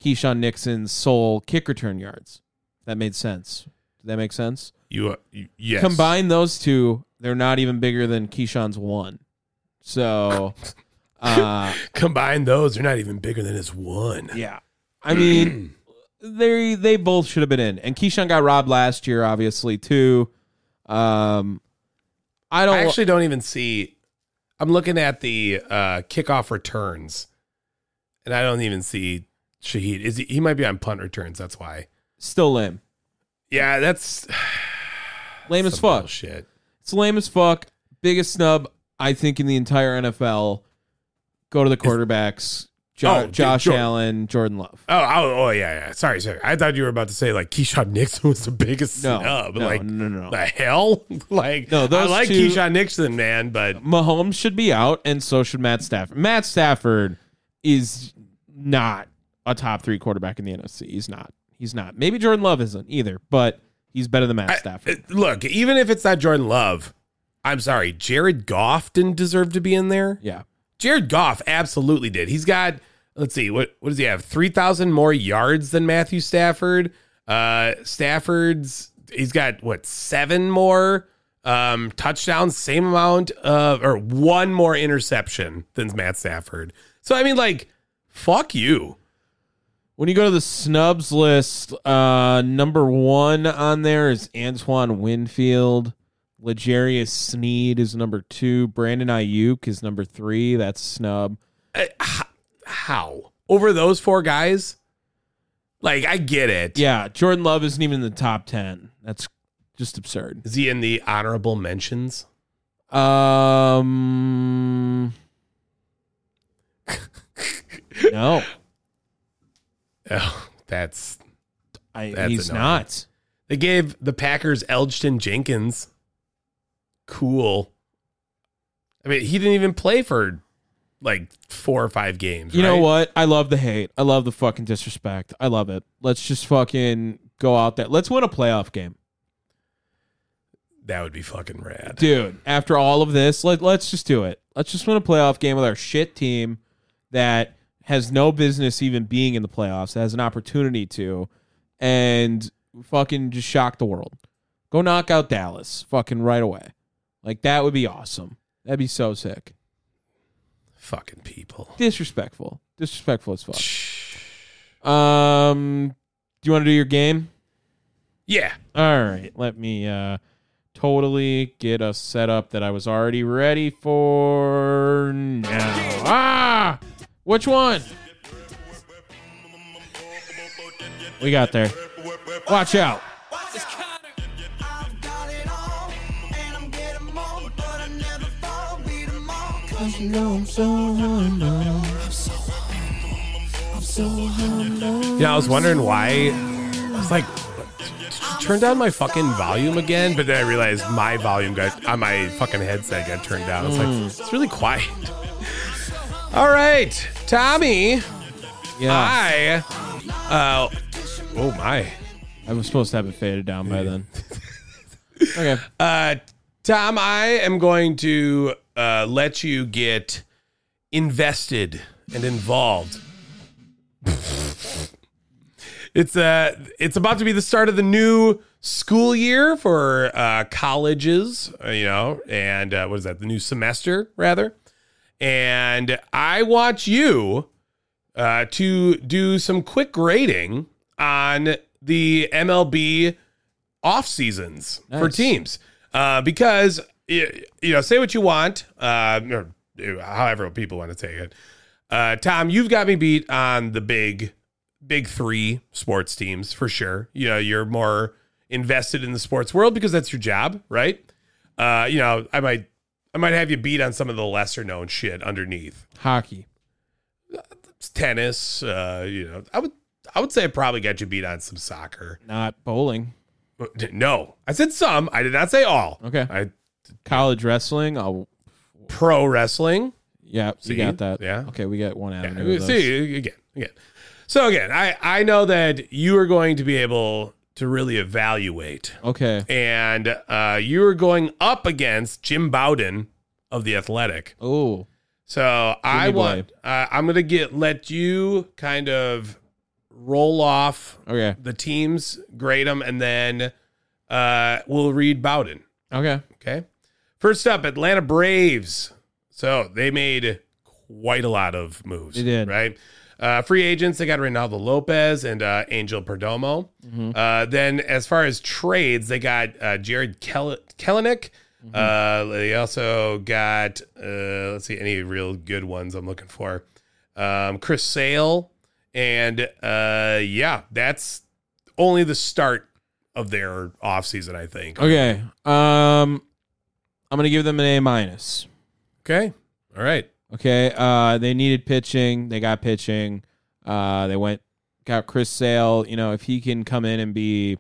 Keyshawn Nixon's sole kick return yards. That made sense. Did that make sense?
You, uh, you yes.
Combine those two, they're not even bigger than Keyshawn's one. So, uh,
combine those, they're not even bigger than his one.
Yeah. I mean, they they both should have been in. And Keyshawn got robbed last year, obviously, too. Um I don't
I actually don't even see. I'm looking at the uh, kickoff returns, and I don't even see Shaheed. Is he? He might be on punt returns. That's why.
still lame.
Yeah, that's
Lame as fuck.
Shit.
It's lame as fuck. Biggest snub, I think, in the entire NFL. Go to the quarterbacks. Jo-
Oh, dude,
Josh
Jordan.
Allen, Jordan Love.
Oh, oh, oh, yeah, yeah. Sorry, sorry. I thought you were about to say like Keyshawn Nixon was the biggest
No,
snub.
no,
like
no, no, no.
the hell. like
No, those
I like
two-
Keyshawn Nixon, man, but
Mahomes should be out, and so should Matt Stafford. Matt Stafford is not a top three quarterback in the NFC. He's not. He's not. Maybe Jordan Love isn't either, but he's better than Matt
I-
Stafford.
uh, look, even if it's not Jordan Love, I'm sorry, Jared Goff didn't deserve to be in there.
yeah.
Jared Goff absolutely did. He's got let's see, what what does he have? Three thousand more yards than Matthew Stafford. Uh, Stafford's he's got what seven more um, touchdowns, same amount of or one more interception than Matt Stafford. So I mean, like, fuck you.
When you go to the snubs list, uh, number one on there is Antoine Winfield. Legarius Sneed is number two. Brandon Ayuk is number three. That's snub.
Uh, How over those four guys? Like, I get it.
Yeah, Jordan Love isn't even in the top ten. That's just absurd.
Is he in the honorable mentions?
Um. no,
Oh, that's
I,
That's
he's
annoying.
not.
they gave the Packers Elgton Jenkins. Cool. I mean, he didn't even play for like four or five games.
You know
right?
what? I love the hate. I love the fucking disrespect. I love it. Let's just fucking go out there. Let's win a playoff game.
That would be fucking rad.
dude. After all of this, let let's just do it. Let's just win a playoff game with our shit team that has no business even being in the playoffs. That has an opportunity to, and fucking just shock the world. Go knock out Dallas, fucking right away. Like that would be awesome. That'd be so sick.
Fucking people.
Disrespectful. Disrespectful as fuck. Um, do you want to do your game?
Yeah.
All right, let me uh totally get us set up that I was already ready for now. Ah! Which one? We got there. Watch out.
I've got it all, and I'm getting more, but I never fall, beat 'em all, 'cause you know I'm so humble. I'm so humble. I'm so humble.
Yeah, I was wondering why. I was like, turn down my fucking volume again, but then I realized my volume got on my fucking headset got turned down. I was like, it's really quiet. All right, Tommy.
Yeah.
I. Uh, oh my.
I was supposed to have it faded down by then. Okay.
Uh, Tom, I am going to uh, let you get invested and involved. it's uh, it's about to be the start of the new school year for uh, colleges, uh, you know, and uh, what is that? The new semester, rather. And I want you uh, to do some quick grading on the MLB off seasons for
Nice.
teams uh, because y- you know say what you want uh, or uh, however people want to take it uh, tom you've got me beat on the big big three sports teams for sure you know you're more invested in the sports world because that's your job right uh, you know i might i might have you beat on some of the lesser known shit underneath
Hockey.
It's tennis uh, you know i would i would say i probably got you beat on some soccer
Not bowling.
no i said some i did not say all
Okay.
i
College wrestling. Oh,
pro wrestling
yeah.
See?
You got that.
Yeah.
Okay, we got one
Yeah,
avenue. of those.
see again, again. So again, I I know that you are going to be able to really evaluate,
Okay.
and uh, you are going up against Jim Bowden of the Athletic.
Oh.
So I
Jimmy boy.
want uh, I'm going to get let you kind of roll off
Okay.
the teams, grade them, and then uh, we'll read Bowden.
Okay.
Okay. First up, Atlanta Braves. So they made quite a lot of moves.
They did.
Right. Uh, free agents, they got Ronaldo Lopez and uh, Angel Perdomo.
Mm-hmm.
Uh, then, as far as trades, they got uh, Jared Kel- Kellenick.
Mm-hmm.
Uh, they also got, uh, let's see, any real good ones I'm looking for. Um, Chris Sale. And uh, yeah, that's only the start of their offseason, I think.
Okay. Um, I'm gonna give them an A minus.
Okay. All right.
Okay. Uh, they needed pitching. They got pitching. Uh, they went got Chris Sale. You know, if he can come in and be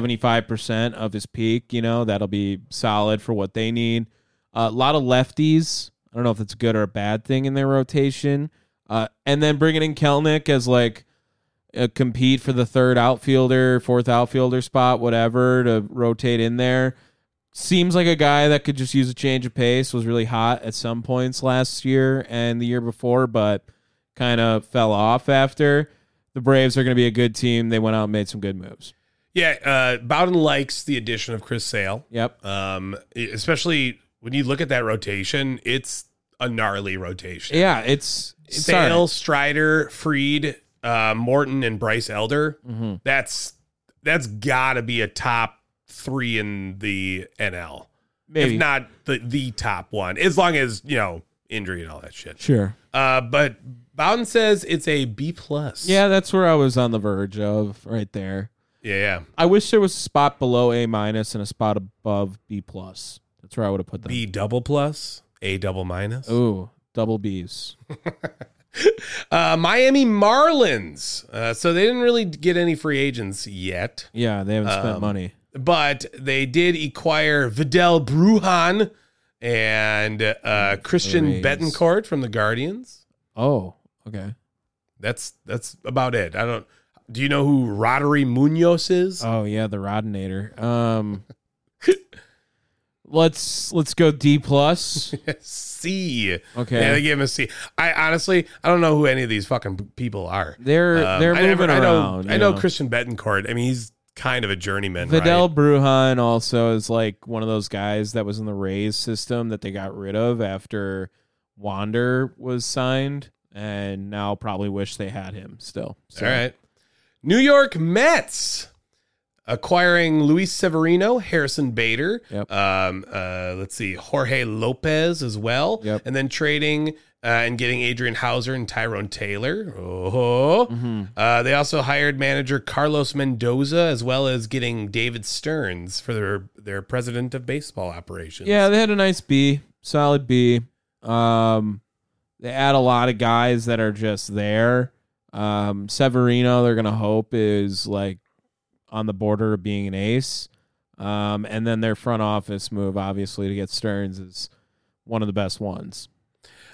75% of his peak, you know, that'll be solid for what they need. Uh, a lot of lefties. I don't know if that's a good or a bad thing in their rotation. Uh, and then bringing in Kelnick as like uh, compete for the third outfielder, fourth outfielder spot, whatever, to rotate in there. Seems like a guy that could just use a change of pace. Was really hot at some points last year and the year before, but kind of fell off after. The Braves are going to be a good team. They went out and made some good moves.
Yeah, uh, Bowden likes the addition of Chris Sale,
Yep.
um, especially when you look at that rotation. It's a gnarly rotation.
Yeah, it's, it's
Sale,
alright.
Strider, Freed, uh, Morton, and Bryce Elder.
Mm-hmm.
That's that's got to be a top three in the NL,
Maybe
if not the the top one, as long as you know injury and all that shit.
sure.
Uh, but Bowden says it's a B plus.
Yeah, that's where I was on the verge of right there.
yeah, yeah.
I wish there was a spot below A minus and a spot above B plus. That's where I would have put them.
B double plus, A double minus.
Ooh, double B's.
Uh, Miami Marlins. Uh, so they didn't really get any free agents yet,
Yeah, they haven't
Um,
spent money.
but they did acquire Vidal Bruhan and uh, Christian
Rays.
Betancourt from the Guardians.
Oh, okay.
That's that's about it. I don't. Do you know who Rodri Munoz is?
Oh yeah, the Rodinator. Um, Let's let's go D plus.
C.
Okay.
Yeah, they gave him a C. I honestly, I don't know who any of these fucking people are.
They're they're
um, I
moving
never- I know,
around.
I
you
know, Christian Betancourt. I mean, he's kind of a journeyman.
Vidal
right?
Bruhan also is like one of those guys that was in the Rays system that they got rid of after Wander was signed, and now probably wish they had him still. So,
All right. New York Mets acquiring Luis Severino, Harrison Bader.
Yep.
Um, uh, let's see, Jorge Lopez as well.
Yep.
And then trading uh, and getting Adrian Hauser and Tyrone Taylor. Oh.
Mm-hmm.
Uh, they also hired manager Carlos Mendoza as well as getting David Stearns for their, their president of baseball operations.
Yeah, they had a nice B, solid B. Um, they add a lot of guys that are just there. Um, Severino, they're gonna hope is like on the border of being an ace. Um, and then their front office move, obviously, to get Stearns is one of the best ones.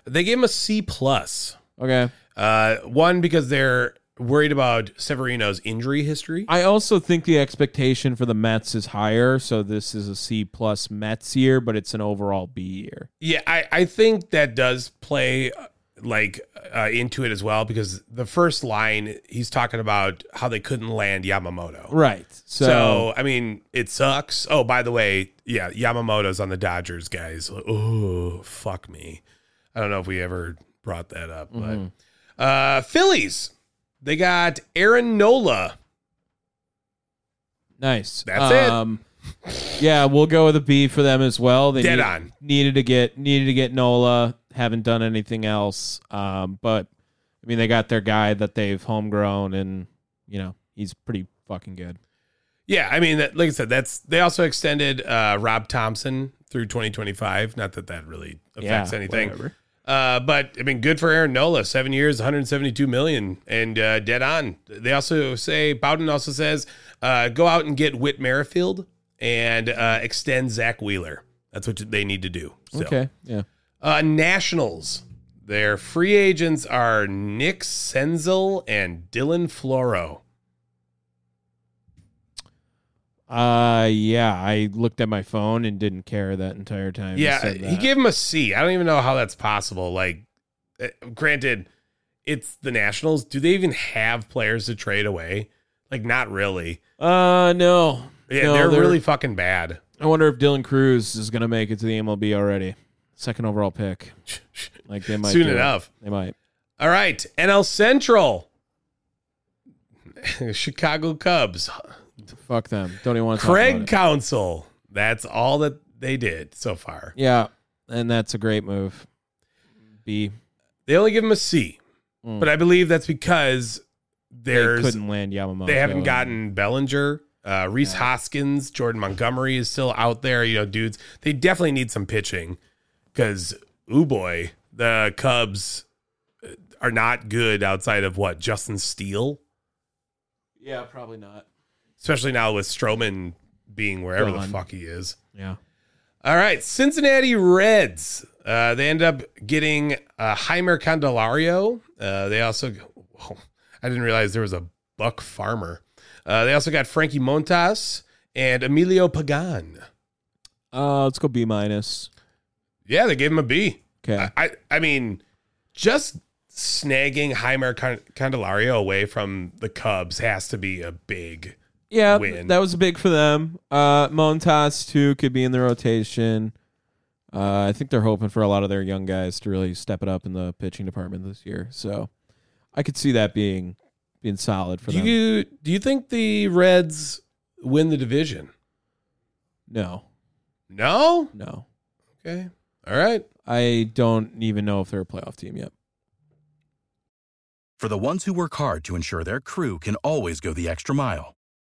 They gave him a C plus.
Okay.
Uh, one because they're worried about Severino's injury history.
I also think the expectation for the Mets is higher, so this is a C plus Mets year, but it's an overall B year.
Yeah, I, I think that does play uh, like uh, into it as well because the first line he's talking about how they couldn't land Yamamoto.
Right.
So,
So,
I mean, it sucks. Oh, by the way, yeah, Yamamoto's on the Dodgers, guys. Oh, fuck me. I don't know if we ever brought that up,
Mm-hmm.
but uh Phillies. They got Aaron Nola.
nice.
That's it.
it. Yeah, we'll go with a B for them as well. They
Dead on.
Needed to get needed to get Nola. Haven't done anything else. Um, but I mean, they got their guy that they've homegrown, and you know he's pretty fucking good.
Yeah, I mean, that, like I said, that's they also extended uh, Rob Thompson through 2025. Not that that really affects
Yeah,
anything,
whatever.
uh, but I mean, good for Aaron Nola, seven years, 172 million, and uh, dead on. They also say Bowden also says uh, go out and get Whit Merrifield and uh, extend Zach Wheeler. That's what they need to do. So.
Okay. Yeah.
Uh, Nationals. Their free agents are Nick Senzel and Dylan Floro.
Uh yeah, I looked at my phone and didn't care that entire time. you
Yeah,
said
he
that.
gave him a C. I don't even know how that's possible. Like, uh, granted, it's the Nationals. Do they even have players to trade away? Like, not really.
Uh, no.
Yeah,
No,
they're, really fucking bad.
I wonder if Dylan Cruz is gonna make it to the MLB already. Second overall pick. Like they might
Soon
do it.
enough.
They might.
All right, NL Central. Chicago Cubs.
Fuck them. Don't even want to. Talk
Craig
about it.
Council. That's all that they did so far.
Yeah, and that's a great move. B.
They only give him a C, but I believe that's because
Mm. They
there's
couldn't land Yamamoto.
They haven't gotten Bellinger, uh, Reese Hoskins, Jordan Montgomery is still out there. You know, dudes, they definitely need some pitching because, ooh boy, the Cubs uh, are not good outside of what Justin Steele,
Yeah, probably not.
especially now with Stroman being wherever the
Gone.
fuck he is.
Yeah.
All right, Cincinnati Reds. Uh, they end up getting uh, Heimer Candelario. Uh, they also, oh, I didn't realize there was a Buck Farmer. Uh, they also got Frankie Montas and Emilio Pagan.
Uh, let's go B minus.
Yeah, they gave him a B.
Okay.
I, I, I mean, just snagging Heimer Can- Candelario away from the Cubs has to be a big.
yeah,
win.
that was big for them. Uh, Montas too could be in the rotation. Uh, I think they're hoping for a lot of their young guys to really step it up in the pitching department this year. So, I could see that being being solid for
Do
them.
you do you think the Reds win the division?
no,
No.
no,
Okay. All right.
I don't even know if they're a playoff team yet.
For the ones who work hard to ensure their crew can always go the extra mile,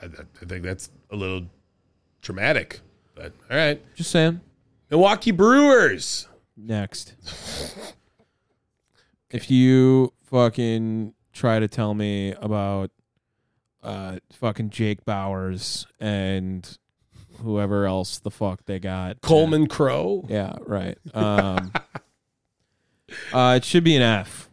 I, I think that's a little dramatic, but all right.
Just saying.
Milwaukee Brewers.
Next. if you fucking try to tell me about uh fucking Jake Bowers and whoever else the fuck they got.
Coleman Crow.
Yeah, right. Um uh, it should be an F.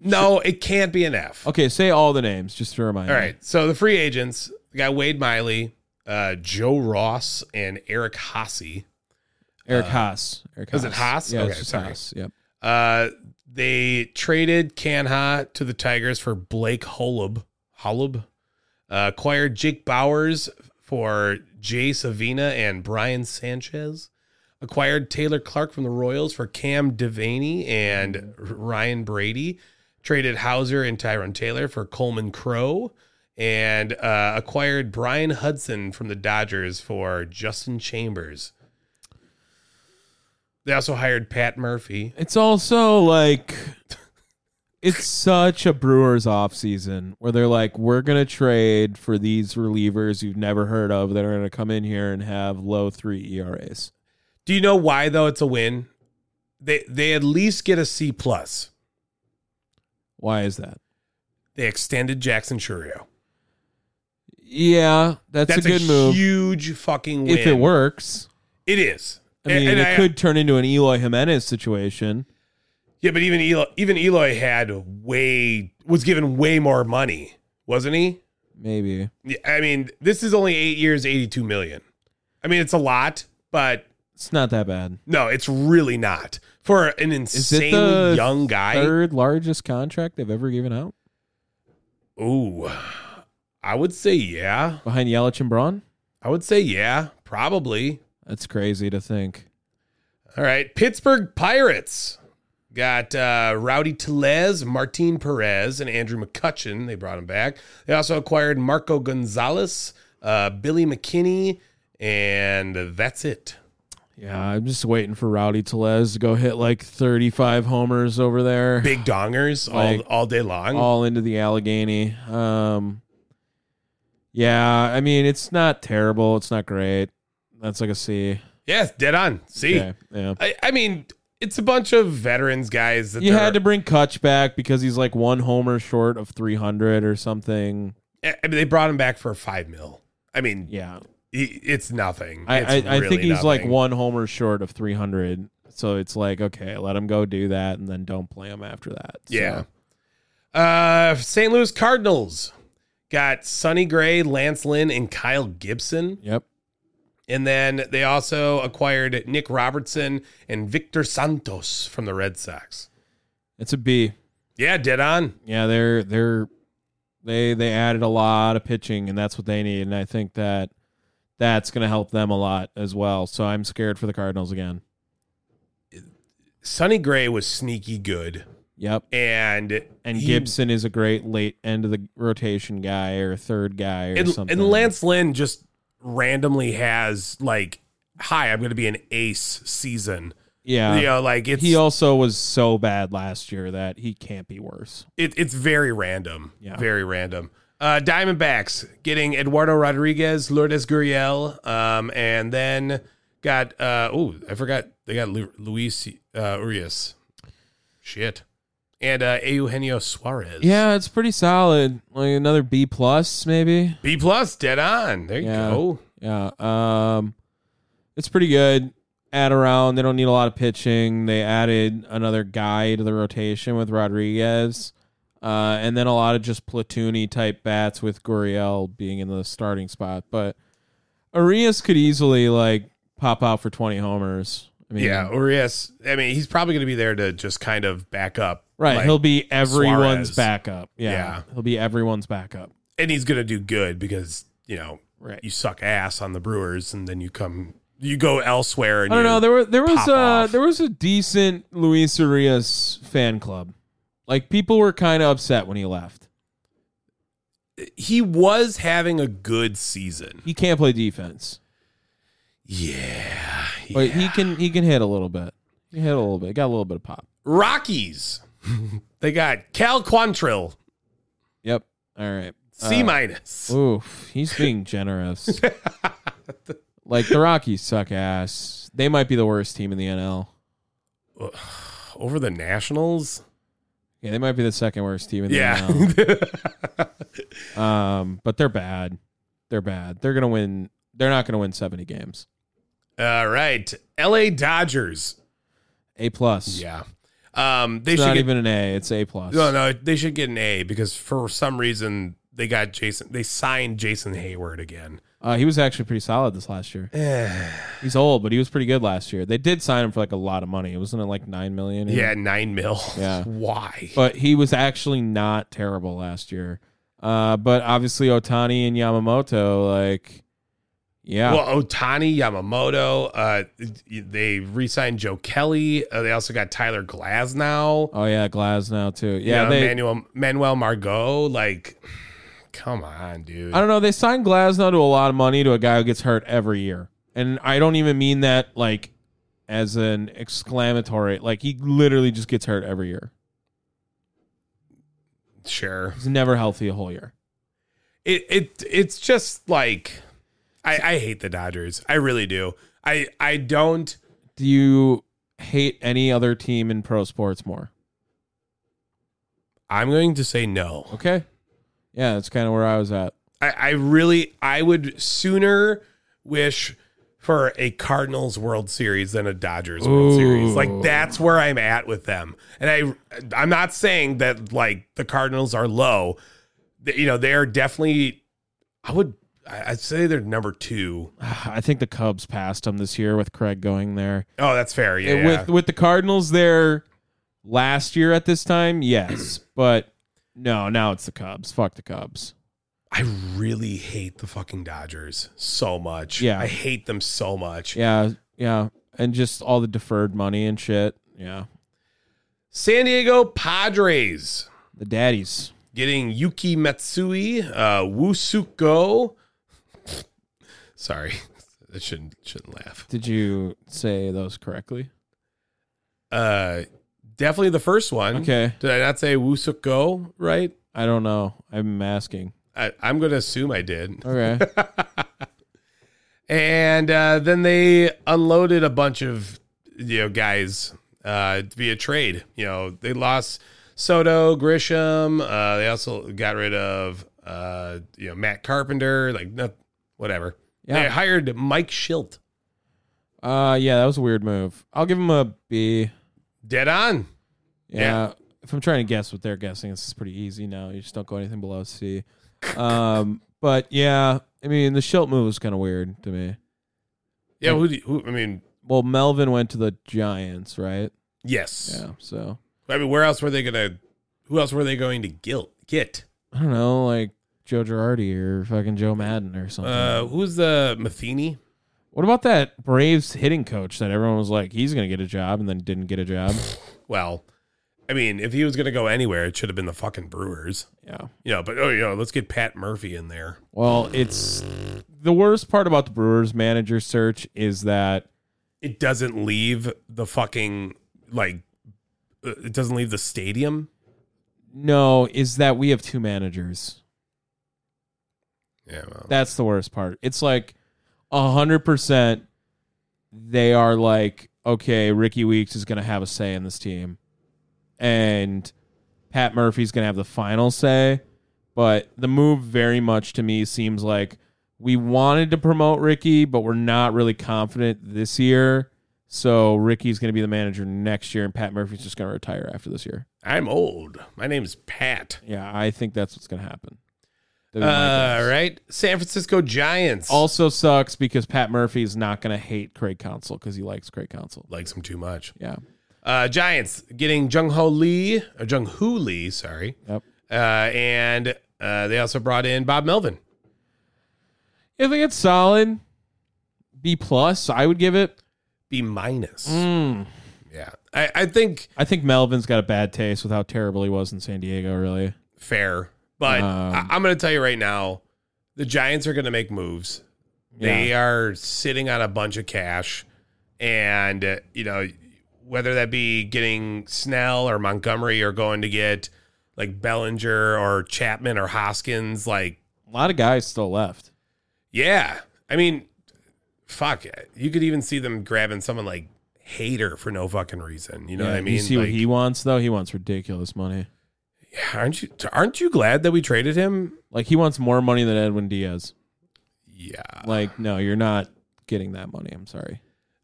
No, it can't be an F.
Okay, say all the names just to remind
All
me.
right. So the free agents, we got Wade Miley, uh, Joe Ross, and Eric Hossie.
Eric Haas. Eric
uh, is it Haas?
Yeah, it's
Okay,
just
sorry.
Haas. Yep.
Uh, they traded Canha to the Tigers for Blake Holub. Holub uh, acquired Jake Bowers for Jay Savina and Brian Sanchez. Acquired Taylor Clark from the Royals for Cam Devaney and Ryan Brady. Traded Hauser and Tyrone Taylor for Coleman Crow. And uh, acquired Brian Hudson from the Dodgers for Justin Chambers. They also hired Pat Murphy.
It's also like it's such a Brewers off season where they're like, we're gonna trade for these relievers you've never heard of that are gonna come in here and have low three E ERAs.
Do you know why though it's a win? They they at least get a C plus.
Why is that?
They extended Jackson Churio.
Yeah, that's,
That's
a good move
Huge fucking win.
if it works.
it is.
I mean,
And- and
it
I-
could turn into an Eloy Jimenez situation.
Yeah, but even Eloy, even Eloy had way was given way more money, wasn't he?
Maybe
Yeah, I mean, this is only eight years, eighty-two million. I mean, it's a lot, but
it's not that bad.
no, it's really not for an
Is it the
insanely young guy.
third largest contract they've ever given out
Ooh, I would say yeah.
behind Yelich and Braun?
I would say yeah, probably.
That's crazy to think.
All right, Pittsburgh Pirates got uh, Rowdy Telez, Martin Perez, and Andrew McCutcheon. They brought him back. They also acquired Marco Gonzalez, uh, Billy McKinney, and that's it.
Yeah, I'm just waiting for Rowdy Telez to go hit like 35 homers over there,
Big dongers
Like,
all all day long.
all into the Allegheny. Um, yeah, I mean it's not terrible, it's not great. That's like a C.
yes, dead on. See,
Okay, yeah.
I, I mean, it's a bunch of veterans guys that
You had to
they're-
bring Kutch back because he's like one homer short of 300 or something.
I mean, they brought him back for five mil. I mean,
Yeah,
i- it's nothing.
I
It's
I, I
really
think he's like
nothing.
one homer short of 300. So it's like okay, let him go do that, and then don't play him after that. So,
Yeah. Uh, St. Louis Cardinals got Sonny Gray, Lance Lynn, and Kyle Gibson.
Yep.
And then they also acquired Nick Robertson and Victor Santos from the Red Sox.
It's a B.
Yeah, dead on.
yeah, they're they're they they added a lot of pitching, and that's what they need. And I think that that's going to help them a lot as well. So I'm scared for the Cardinals again.
Sonny Gray was sneaky good.
Yep.
And
And
he-
Gibson is a great late end of the rotation guy or third guy or
and,
something.
and Lance Lynn just randomly has like, hi, I'm going to be an ace season.
yeah.
You know, like it's
He also was so bad last year that he can't be worse.
it, it's very random.
Yeah.
Very random. Uh, Diamondbacks getting Eduardo Rodriguez, Lourdes Gurriel, um, and then got uh, oh I forgot they got Lu- Luis uh, Urias, shit, and uh, Eugenio Suarez.
Yeah, it's pretty solid. Like another B plus, maybe.
B plus, dead on. There you
Yeah.
go.
Yeah. Um, it's pretty good. Add around. They don't need a lot of pitching. They added another guy to the rotation with Rodriguez. Uh, and then a lot of just platoony type bats with Guriel being in the starting spot. But Arias could easily like pop out for 20 homers. I mean,
Yeah, Urias. I mean, he's probably going to be there to just kind of back up,
Right.
like,
he'll be everyone's
Suarez.
backup. Yeah,
Yeah.
He'll be everyone's backup.
and he's going to do good because you know
Right.
you suck ass on the Brewers, and then you come, you go elsewhere. And
I don't
you-
know. There were there was
pop
a
off.
there was a decent Luis Arias fan club. Like people were kind of upset when he left.
he was having a good season.
He can't play defense,
Yeah.
but he can he can hit a little bit. He hit a little bit. Got a little bit of pop.
Rockies. they got Cal Quantrill,
Yep. All right. Uh,
C minus.
Oof. He's being generous. like the Rockies suck ass. Giants. They might be the worst team in the NL.
over the Nationals.
Yeah, they might be the second worst team in the
Yeah,
NL. Um, but they're bad. They're bad. They're gonna win. They're not gonna win seventy games.
All right, L.A. Dodgers.
A plus.
Yeah, um, they
It's
should
not
get,
even an A. It's A plus.
no, no. They should get an A because for some reason they got Jason. They signed Jason Hayward again.
Uh, he was actually pretty solid this last year. He's old, but he was pretty good last year. They did sign him for like a lot of money. Wasn't it like nine million?
Yeah, nine mil.
Yeah.
why?
but he was actually not terrible last year. Uh, but obviously Otani and Yamamoto, like, yeah,
Well, Otani, Yamamoto, uh, they re signed Joe Kelly. Uh, they also got Tyler Glasnow.
oh yeah, Glasnow too.
you
Yeah,
know,
they.
Manuel, Manuel Margot. Like, come on, dude.
I don't know. They signed Glasnow to a lot of money to a guy who gets hurt every year, and I don't even mean that like as an exclamatory. Like he literally just gets hurt every year.
Sure.
He's never healthy a whole year.
It, it It's just like, I, I hate the Dodgers. I really do. I, I don't.
Do you hate any other team in pro sports more?
I'm going to say no.
Okay, yeah, that's kind of where I was at.
I, I really I would sooner wish for a Cardinals World Series than a Dodgers World Series. Like that's where I'm at with them. And I I'm not saying that like the Cardinals are low. Th- You know, they are definitely I would I- I'd say they're number two.
I think the Cubs passed him this year with Craig going there.
Oh, that's fair. Yeah.
It- With with the Cardinals there last year at this time, yes, but no, now it's the Cubs. Fuck the Cubs.
I really hate the fucking Dodgers so much.
Yeah.
I hate them so much.
Yeah, yeah, and just all the deferred money and shit. Yeah,
San Diego Padres.
the daddies.
getting Yuki Matsui, uh, Wusuko. Sorry, I shouldn't shouldn't laugh.
Did you say those correctly?
Uh, definitely the first one.
Okay.
Did I not say Wusuko right?
I don't know. I'm asking.
I, I'm going to assume I did.
Okay.
And uh, then they unloaded a bunch of you know guys uh, via trade. You know they lost Soto, Grisham. Uh, they also got rid of uh, you know Matt Carpenter. Like no, whatever.
Yeah.
They hired Mike Schilt.
Uh, yeah, that was a weird move. I'll give them a B.
Dead on.
Yeah.
Yeah.
If I'm trying to guess what they're guessing, this is pretty easy now. You just don't go anything below C. Um, but yeah, I mean the Schilt move was kind of weird to me.
Yeah, who, do you, who? I mean,
Well, Melvin went to the Giants, right?
yes.
Yeah. So
I mean, where else were they gonna? Who else were they going to guilt get?
I don't know, like Joe Girardi or fucking Joe Madden or something.
Uh, who's the Matheny?
what about that Braves hitting coach that everyone was like, he's gonna get a job and then didn't get a job?
Well, I mean, if he was gonna go anywhere, it should have been the fucking Brewers.
yeah.
You know, but oh, you know, let's get Pat Murphy in there.
Well, it's the worst part about the Brewers manager search is that
It doesn't leave the fucking like. uh, It doesn't leave the stadium.
no, is that we have two managers.
Yeah, well,
That's the worst part. It's like a hundred percent they are like, okay, Ricky Weeks is gonna have a say in this team. And Pat Murphy's gonna have the final say. But the move very much to me seems like we wanted to promote Ricky, but we're not really confident this year. So Ricky's gonna be the manager next year and Pat Murphy's just gonna retire after this year.
I'm old. My name's Pat.
Yeah, I think that's what's gonna happen. That'd
All
be my
right,
guess.
San Francisco Giants
Also sucks because Pat Murphy's not going to hate Craig Council because he likes Craig Council.
likes him too much.
Yeah.
Uh, Giants getting Jung Ho Lee, or Jung Hoo Lee, sorry.
Yep.
Uh, and uh, they also brought in Bob Melvin.
I think it's solid. B plus, I would give it.
B minus. Yeah. I, I think
I think Melvin's got a bad taste with how terrible he was in San Diego. Really,
fair, but I, I'm going to tell you right now the Giants are going to make moves. They are sitting on a bunch of cash. And, uh, you know, whether that be getting Snell or Montgomery or going to get like Bellinger or Chapman or Hoskins, like,
a lot of guys still left.
Yeah. I mean, fuck, you could even see them grabbing someone like Hater for no fucking reason. You know
Yeah,
what I mean?
You see what
Like,
he wants though? He wants ridiculous money.
aren't you aren't you glad that we traded him?
Like he wants more money than Edwin Diaz.
Yeah.
Like no, you're not getting that money. I'm sorry.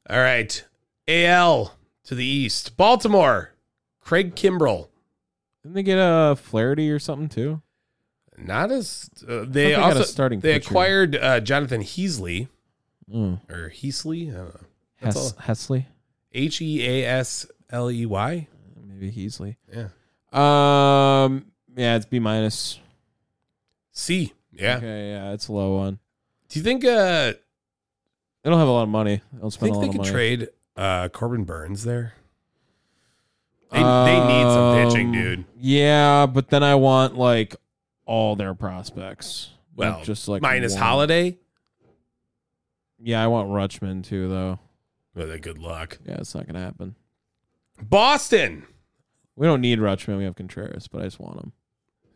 All right. AL to the East. Baltimore. Craig Kimbrell.
Didn't they get a Flaherty or something too?
Not as
I
uh, they
thought they got
also
a starting
they
pitcher.
acquired uh, Jonathan Heasley
Mm.
or Heasley. I don't know. That's
Hes-
all.
Hesley,
H e a s l e y.
maybe Heasley.
Yeah.
Um, yeah, it's B minus.
C. Yeah.
Okay, yeah, it's a low one.
Do you think uh
They don't have a lot of money. They don't spend
think
a lot
they
of
could
money.
trade uh Corbin Burns there? They, they need some pitching,
Um,
dude.
Yeah, but then I want like all their prospects. Not
Well,
just like
minus
one.
Holiday.
Yeah, I want Rutschman too, though.
Well, they- good luck.
Yeah, it's not gonna happen.
Boston.
We don't need Rutschman. We have Contreras, but I just want him.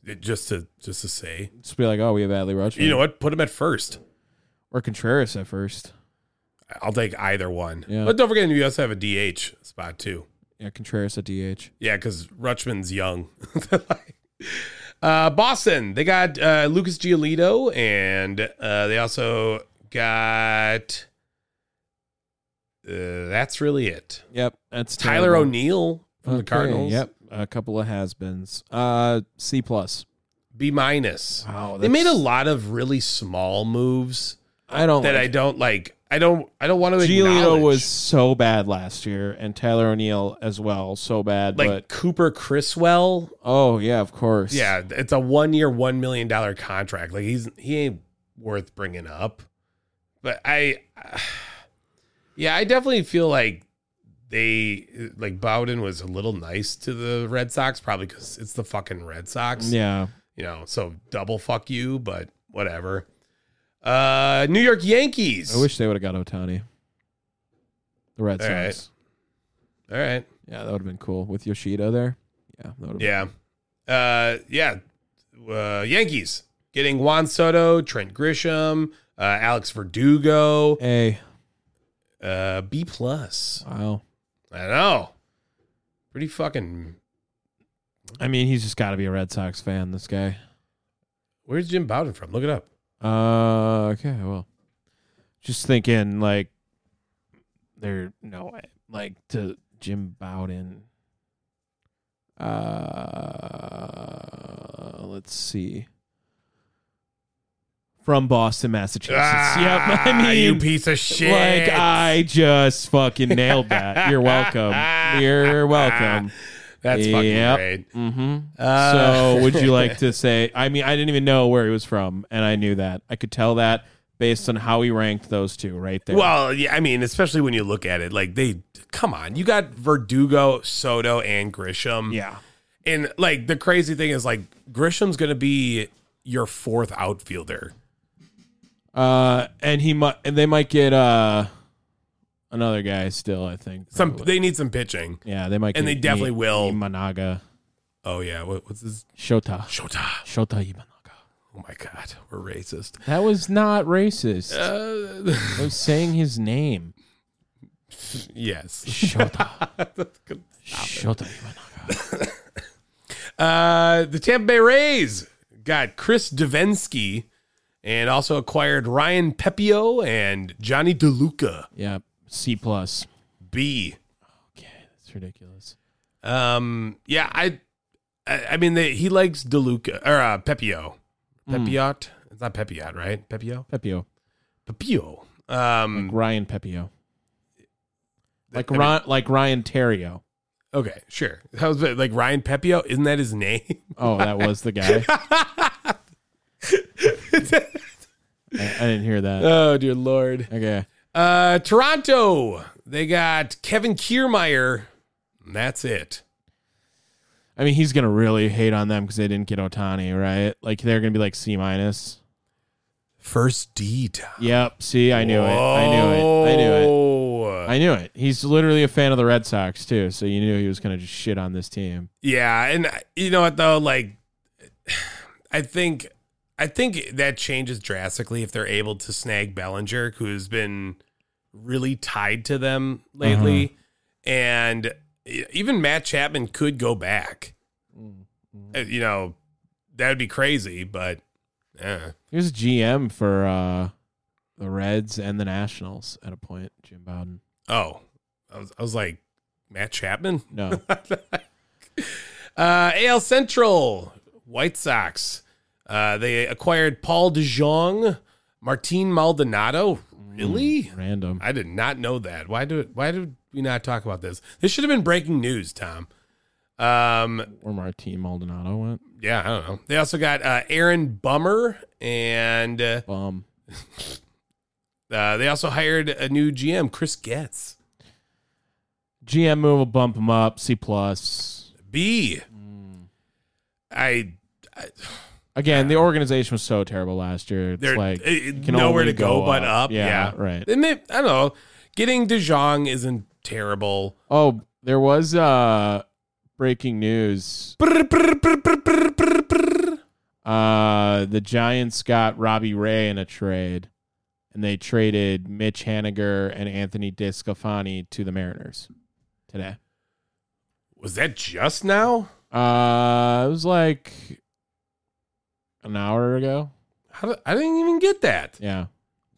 It- Just to just to say,
Just be like, oh, we have Adley Rutschman.
you know what? Put him at first.
or Contreras at first.
I'll take either one.
Yeah.
But don't forget, you also have a DH spot too.
Yeah, Contreras at DH.
Yeah, because Rutschman's young. uh, Boston, they got uh, Lucas Giolito, and uh, they also got. Uh, that's really it.
Yep, that's
Tyler
terrible.
O'Neill from the
Okay,
Cardinals.
Yep, a couple of has-beens. Uh, C plus.
B minus.
Wow,
they made a
that's-
lot of really small moves
I don't.
that
like
I don't like. I don't. I don't want to.
Giolito
acknowledge.
was so bad last year, and Tyler O'Neill as well, so bad.
like
but
Cooper Criswell.
oh yeah, of course.
Yeah, it's a one year, one million dollar contract. Like he's he ain't worth bringing up. But I, yeah, I definitely feel like they like Bowden was a little nice to the Red Sox, probably because it's the fucking Red Sox.
yeah.
you know, so double fuck you, but whatever. Uh, New York Yankees.
I wish they would have got Otani. The Red
All
Sox.
right. All right.
Yeah, that would have been cool with Yoshida there. Yeah, that would have
Yeah. Uh, yeah. Uh, Yankees getting Juan Soto, Trent Grisham, uh, Alex Verdugo,
Hey,
uh, B plus.
wow.
I know. Pretty fucking.
I mean, he's just got to be a Red Sox fan. This guy.
Where's Jim Bowden from? Look it up.
Uh, okay. Well, just thinking like there no like to Jim Bowden. Uh, let's see. From Boston, Massachusetts. yep. I
Ah,
mean,
you piece of shit.
like uh, I just fucking nailed that. You're welcome. You're welcome.
That's
Yep.
fucking great.
Mm-hmm.
Uh,
so, would you like to say? I mean, I didn't even know where he was from, and I knew that. I could tell that based on how he ranked those two right there.
Well, yeah, I mean, especially when you look at it, like they come on, you got Verdugo, Soto, and Grisham.
yeah,
And like the crazy thing is like Grisham's gonna be your fourth outfielder.
uh, and he might, and they might get uh another guy still. I think
Some
probably.
they need some pitching.
yeah, they might,
and
get
they definitely will.
Imanaga,
Oh yeah, what, what's this?
Shota,
Shota.
Shota Imanaga.
Oh my god, we're racist.
That was not racist.
Uh,
I was saying his name.
yes.
Shota, Shota Imanaga.
Uh, the Tampa Bay Rays got Chris Davinsky and also acquired Ryan Pepio and Johnny DeLuca.
Yeah, C plus.
B.
Okay, that's ridiculous.
Um, yeah, I, I, I mean, they, he likes Deluca or uh, Pepio,
Hmm.
Pepiot. It's not Pepiot, right? Pepio,
Pepio.
Pepio. Um,
Ryan Pepio. Like
I mean-
Ron, like Ryan Terrio.
okay, sure. That was like Ryan Pepio. Isn't that his name?
Oh, that was the guy. I, I didn't hear that.
oh dear lord.
Okay.
Uh, Toronto. They got Kevin Kiermeyer. And That's it.
I mean, he's gonna really hate on them because they didn't get Otani, right? Like they're gonna be like C minus.
First D. Tom.
Yep. See, I knew it. I knew it. I knew it.
Whoa.
I knew it. He's literally a fan of the Red Sox too, so you knew he was gonna just shit on this team.
Yeah, and uh, you know what though, like I think I think that changes drastically if they're able to snag Bellinger, who's been really tied to them lately, and e- even Matt Chapman could go back. Uh, You know, that would be crazy, but eh.
He was GM for uh, the Reds and the Nationals at a point. Jim Bowden.
oh, I was, I was like Matt Chapman.
No,
Uh, AL Central, White Sox. Uh, they acquired Paul DeJong, Martin Maldonado. Really?
random.
I did not know that. Why do it? Why did we not talk about this? This should have been breaking news, Tom. Um,
Where Martin Maldonado went.
yeah, I don't know. They also got uh, Aaron Bummer, and uh,
Bum.
uh, they also hired a new GM, Chris Getz.
GM move will bump him up. C plus.
B. Mm. I
Again, the organization was so terrible last year. It's
they're
like
it- it-
can
nowhere
only
to go, but up.
Yeah,
Yeah,
right.
And they, I don't know. Getting De Jong isn't terrible.
Oh, there was uh breaking news. Uh the Giants got Robbie Ray in a trade and they traded Mitch Haniger and Anthony DeScafani to the Mariners today.
Was that just now?
Uh it was like an hour ago.
How did, I didn't even get that.
Yeah.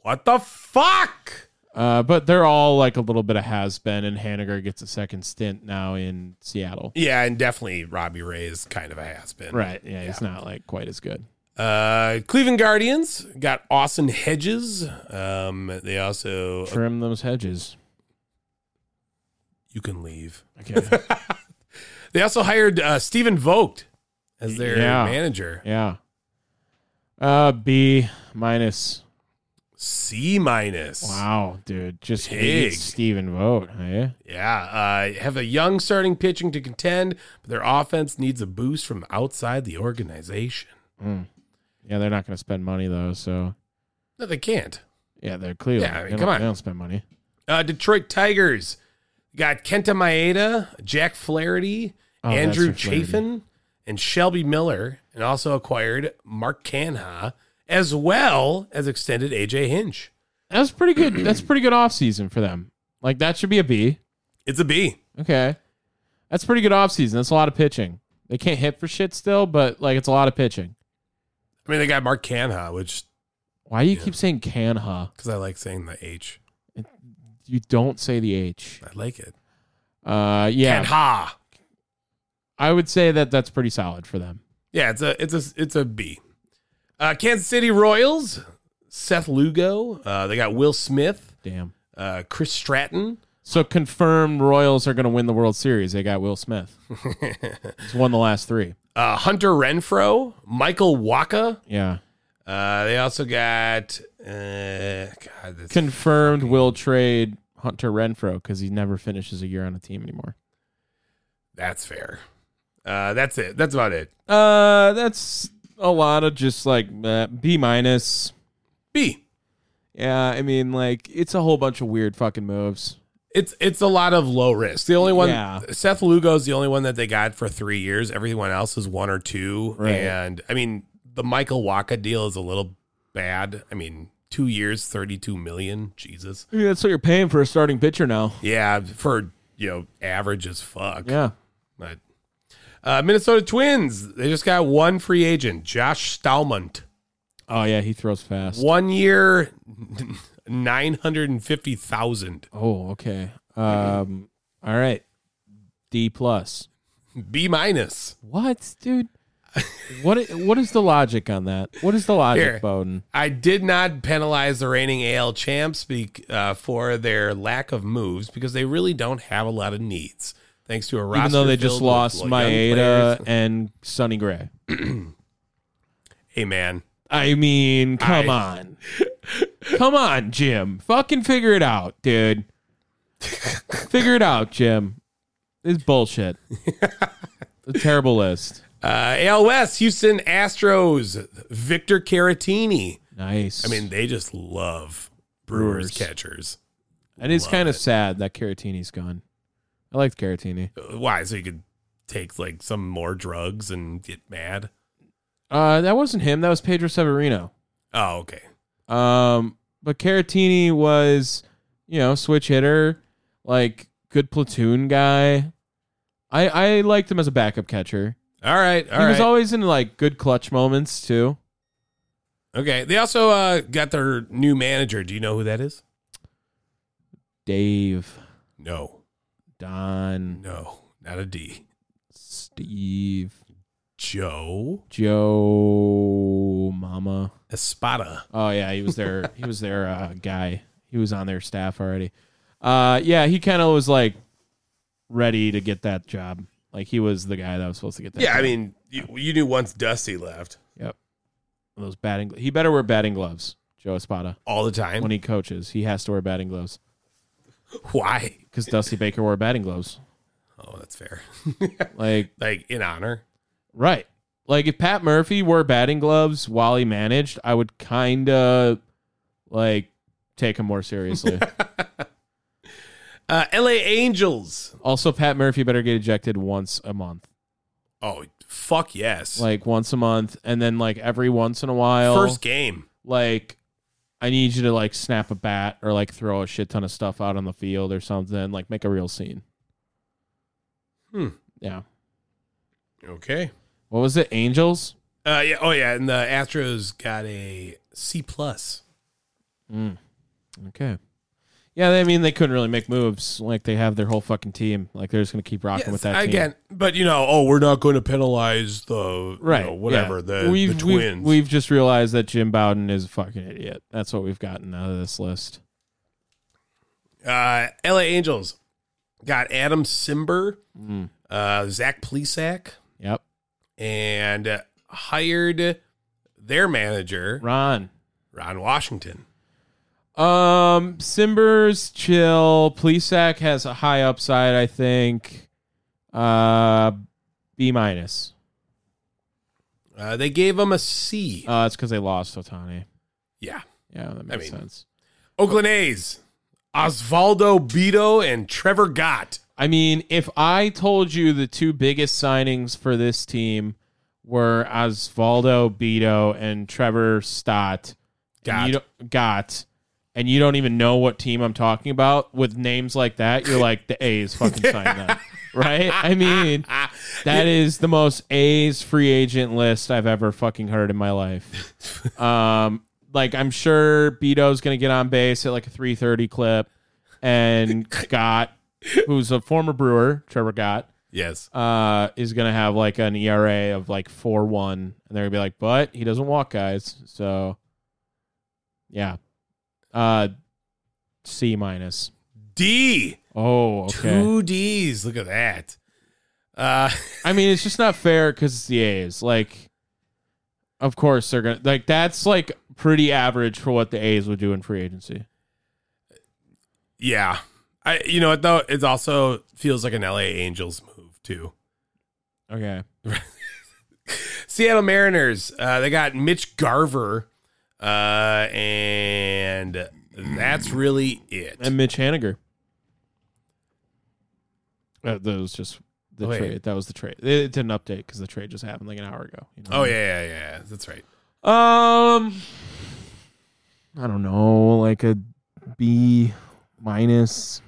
What the fuck?
Uh, but they're all like a little bit of has been, and Haniger gets a second stint now in Seattle.
Yeah, and definitely Robbie Ray is kind of a has been.
Right? Yeah, he's not like quite as good.
Uh, Cleveland Guardians got Austin Hedges. Um, they also
Trim those hedges.
you can leave.
Okay.
They also hired uh, Stephen Vogt as their
Yeah.
manager.
Yeah. Uh B minus.
C minus.
Wow, dude. Just
Big.
hate Steven Vogt, eh?
Yeah, uh, have a young starting pitching to contend, but their offense needs a boost from outside the organization.
Yeah, they're not gonna spend money though, so
No, they can't.
yeah, they're Cleveland.
Yeah, I mean,
They don't-
come on.
They don't spend money.
Uh, Detroit Tigers got Kenta Maeda, Jack Flaherty,
Oh, that's
Andrew
for Flaherty.
Chafin, and Shelby Miller, and also acquired Mark Canha, as well as extended AJ Hinch.
That's pretty good. That's pretty good off season for them. Like that should be a B.
It's a B.
Okay. That's pretty good off season. That's a lot of pitching. They can't hit for shit still, but like it's a lot of pitching.
I mean, they got Mark Canha, which
Why do you keep saying Canha?
because I like saying the H.
You don't say the H.
I like it.
Uh, yeah,
Canha.
I would say that that's pretty solid for them.
Yeah, it's a it's a it's a B. Uh, Kansas City Royals, Seth Lugo. Uh, they got Will Smith,
Damn.
uh, Chris Stratton.
So confirmed Royals are going to win the World Series. They got Will Smith. He's won the last three.
uh, Hunter Renfro, Michael Waka.
Yeah.
Uh, they also got uh, God, this,
Confirmed will trade Hunter Renfro because he never finishes a year on a team anymore.
that's fair. Uh, that's it. That's about it.
Uh, that's a lot of just like uh, B minus.
B.
Yeah, I mean, like it's a whole bunch of weird fucking moves.
It's it's a lot of low risk. The only one
Yeah.
Seth Lugo's the only one that they got for three years. Everyone else is one or two.
Right.
And I mean, the Michael Waka deal is a little bad. I mean, two years, thirty-two million. Jesus.
I mean, that's what you're paying for a starting pitcher now.
Yeah, for you know, average as fuck.
Yeah.
But uh, Minnesota Twins, they just got one free agent, Josh Stalmont.
Oh yeah, he throws fast.
One year, nine hundred and fifty thousand.
Oh, okay. Um, all right. D plus.
B minus.
What, dude? what i- what is the logic on that? What is the logic,
Here.
Bowden?
I did not penalize the reigning AL champs be, uh, for their lack of moves because they really don't have a lot of needs. Thanks to a roster
Even though they just
filled with
lost
young
Maeda
players.
and Sonny Gray.
Hey man,
I mean, come
I-
on. come on, Jim. Fucking figure it out, dude. figure it out, Jim. This is bullshit. a terrible list.
uh, AL West, Houston Astros, Victor Caratini.
Nice.
I mean, they just love
Brewers.
Brewers catchers.
it is kind of sad that Caratini's gone. I liked Caratini.
Uh, Why? So you could take like some more drugs and get mad?
Uh, that wasn't him. That was Pedro Severino.
Oh, okay.
Um, but Caratini was you know, switch hitter, like good platoon guy. I I liked him as a backup catcher.
All right, all
he was
right.
always in like good clutch moments too.
okay. They also uh, got their new manager. Do you know who that is?
Dave,
No,
Don,
no, not a D.
Steve,
Joe
Joe, Mama.
Espada.
Oh yeah, he was their he was their uh, guy. He was on their staff already. Uh, yeah, he kind of was like ready to get that job. Like he was the guy that was supposed to get that.
Yeah, I
job.
mean, you, you knew once Dusty left
yep. Those batting, he better wear batting gloves, Joe Espada.
all the time.
When he coaches, he has to wear batting gloves
Why?
because Dusty Baker wore batting gloves.
Oh, that's fair.
Like
like in honor.
right, like if Pat Murphy wore batting gloves while he managed, I would kind of like take him more seriously.
Uh, L.A. Angels.
also, Pat Murphy better get ejected once a month.
Oh, fuck yes.
like once a month and then like every once in a while
First game.
like i need you to like snap a bat or like throw a shit ton of stuff out on the field or something like make a real scene
Hmm.
yeah
Okay.
what was it angels
Uh, yeah. Oh, yeah. And the Astros got a C plus.
okay yeah they, i mean they couldn't really make moves like they have their whole fucking team like they're just gonna keep rocking with that team.
again, but you know, oh, we're not going to penalize the
right
you know,
yeah.
whatever the, the twins.
we've, we've just realized that jim bowden is a fucking idiot that's what we've gotten out of this list
uh, LA Angels got Adam Simber, uh, Zach Plesak,
yep
and uh, hired their manager
ron
Ron Washington.
Um, Simbers chill. Plesac has a high upside, I think. Uh, B minus.
Uh, they gave him a C.
Uh, it's because they lost Otani.
yeah,
Yeah, that makes
mean-
sense.
Oakland A's, Osvaldo Beto and Trevor Gott.
I mean, if I told you the two biggest signings for this team were Osvaldo Beto and Trevor Stott,
Gott.
and you don't, Gott, and you don't even know what team I'm talking about with names like that, you're like the A's fucking signed them, right? I mean, that is the most A's free agent list I've ever fucking heard in my life. Um, like I'm sure Beto's gonna get on base at like a 3:30 clip, and Gott, who's a former Brewer, Trevor Gott,
Yes.
uh, is gonna have like an ERA of like four one, and they're gonna be like, but he doesn't walk guys, so yeah, uh, C minus.
D.
Oh, okay.
Two D's. Look at that. Uh,
I mean, it's just not fair because it's the A's. Like, of course they're gonna like that's like pretty average for what the A's would do in free agency.
yeah. I. You know what though? It also feels like an LA Angels move too.
Okay.
Seattle Mariners. Uh, they got Mitch Garver, uh, and that's really it.
And Mitch Haniger. Uh, that was just the
Oh, Wait.
trade. That was the trade. It, it didn't update because the trade just happened like an hour ago. You know?
Oh yeah, yeah, yeah. That's right.
Um, I don't know, like a B minus.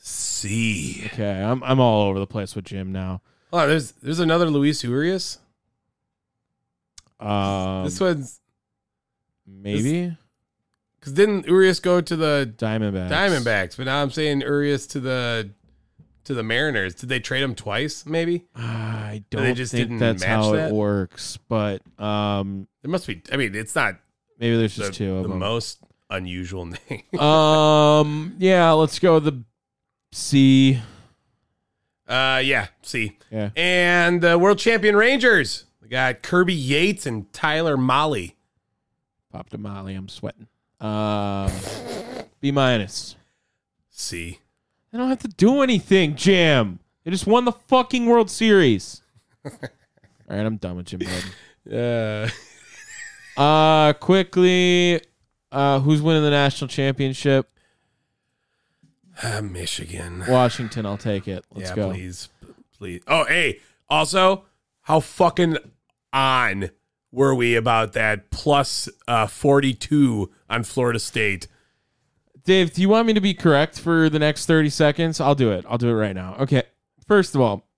C.
Okay, I'm I'm all over the place with Jim now.
Oh, there's there's another Luis Urias.
Um,
this one's
maybe
because didn't Urias go to the
Diamondbacks.
Diamondbacks? But now I'm saying Urias to the to the Mariners. Did they trade him twice? Maybe
I
They
don't
just
think
didn't
that's
match
how
that?
it works, but um,
there must be. I mean, it's not
maybe there's
the,
just two of
the
them.
most unusual name.
um, yeah, let's go with the C.
Uh, yeah. C.
Yeah,
And the world champion Rangers. We got Kirby Yates and Tyler Molly.
popped a molly. I'm sweating. Um, B minus.
C.
They don't have to do anything, Jim. They just won the fucking World Series. All right, I'm done with Jim Biden.
Uh,
Uh, quickly, uh, who's winning the national championship?
uh, Michigan.
Washington. I'll take it. Let's
yeah,
go.
please, please. Oh, hey. Also, how fucking on were we about that plus uh, forty-two on Florida State?
Dave, do you want me to be correct for the next 30 seconds? I'll do it. I'll do it right now. Okay. First of all,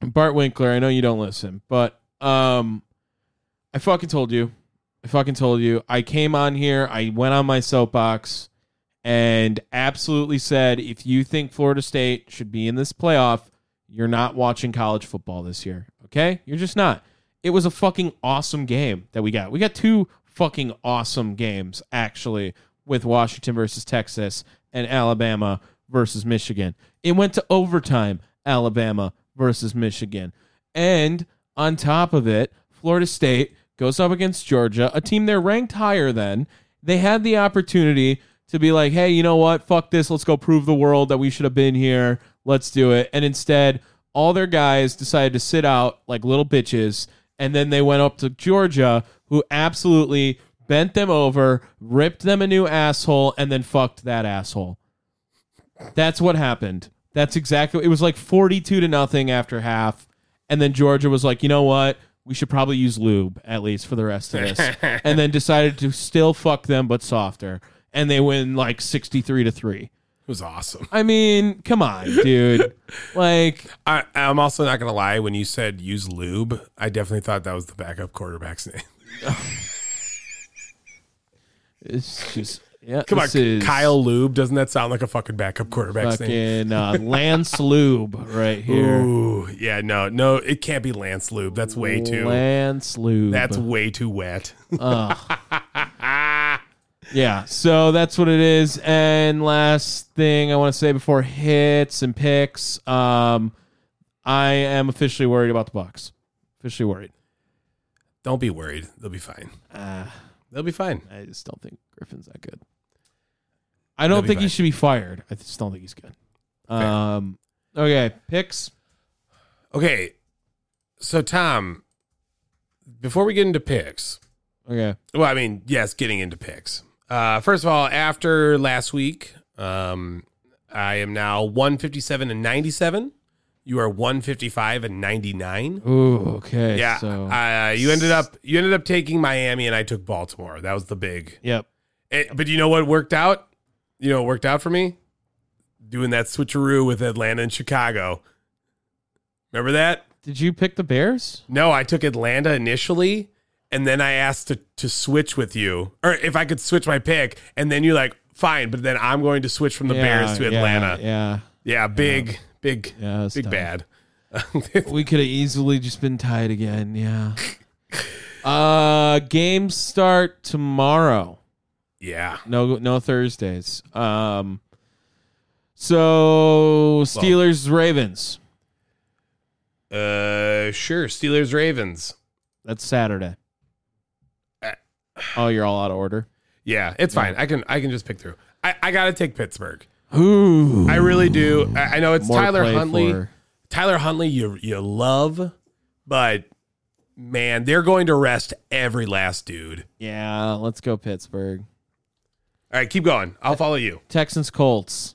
Bart Winkler, I know you don't listen, but um I fucking told you. I fucking told you. I came on here, I went on my soapbox and absolutely said if you think Florida State should be in this playoff, you're not watching college football this year. Okay? You're just not. It was a fucking awesome game that we got. We got two fucking awesome games, actually, with Washington versus Texas and Alabama versus Michigan. It went to overtime, Alabama versus Michigan. And on top of it, Florida State goes up against Georgia, a team they're ranked higher than. They had the opportunity to be like, hey, you know what? Fuck this. Let's go prove the world that we should have been here. Let's do it. And instead, all their guys decided to sit out like little bitches. And then they went up to Georgia, who absolutely bent them over, ripped them a new asshole, and then fucked that asshole. That's what happened. That's exactly. It was like forty-two to nothing after half, and then Georgia was like, you know what? We should probably use lube at least for the rest of this, and then decided to still fuck them but softer, and they win like sixty-three to three.
was awesome.
I mean, come on, dude. like,
I, I'm also not gonna lie. When you said use lube, I definitely thought that was the backup quarterback's name.
it's just yeah.
Come
this
on,
is
Kyle Lube. Doesn't that sound like a fucking backup quarterback's name?
fucking uh, Lance Lube right here.
Ooh, yeah, no, no, it can't be Lance Lube. That's way too.
Lance Lube.
That's way too wet.
Yeah, so that's what it is. And last thing I want to say before hits and picks, um, I am officially worried about the Bucks. Officially worried.
Don't be worried. They'll be fine.
Ah.
They'll be fine.
I just don't think Griffin's that good. I don't
That'd be
think he
fine.
should be fired. I just don't think he's good. Um, okay, picks.
Okay. So Tom, before we get into picks,
Okay,
well, I mean, yes, getting into picks. Uh, first of all, after last week, um, I am now 157 and 97. You are 155 and 99.
ooh, okay.
Yeah,
so
uh, you ended up you ended up taking Miami, and I took Baltimore. That was the big.
yep.
eh, but you know what worked out? You know what worked out for me? Doing that switcheroo with Atlanta and Chicago. Remember that?
Did you pick the Bears?
No, I took Atlanta initially, and then I asked to, to switch with you, or if I could switch my pick, and then you're like, fine, but then I'm going to switch from the Bears to
Yeah, yeah,
Atlanta. Yeah,
Yeah,
big, big,
Yeah, that's
big
tough.
bad.
we could have easily just been tied again. Yeah. Uh, games start tomorrow.
yeah.
No, no Thursdays. Um, so Steelers Ravens.
Uh, sure. Steelers Ravens.
That's Saturday.
Uh,
Oh, you're all out of order.
Yeah, it's fine. I can I can just pick through. I, I gotta take Pittsburgh.
Ooh,
I really do. I, I know it's
More
Tyler
play
Huntley.
for-
Tyler Huntley, you you love, but man, they're going to rest every last dude.
yeah, let's go Pittsburgh.
All right, keep going. I'll follow you.
Texans Colts.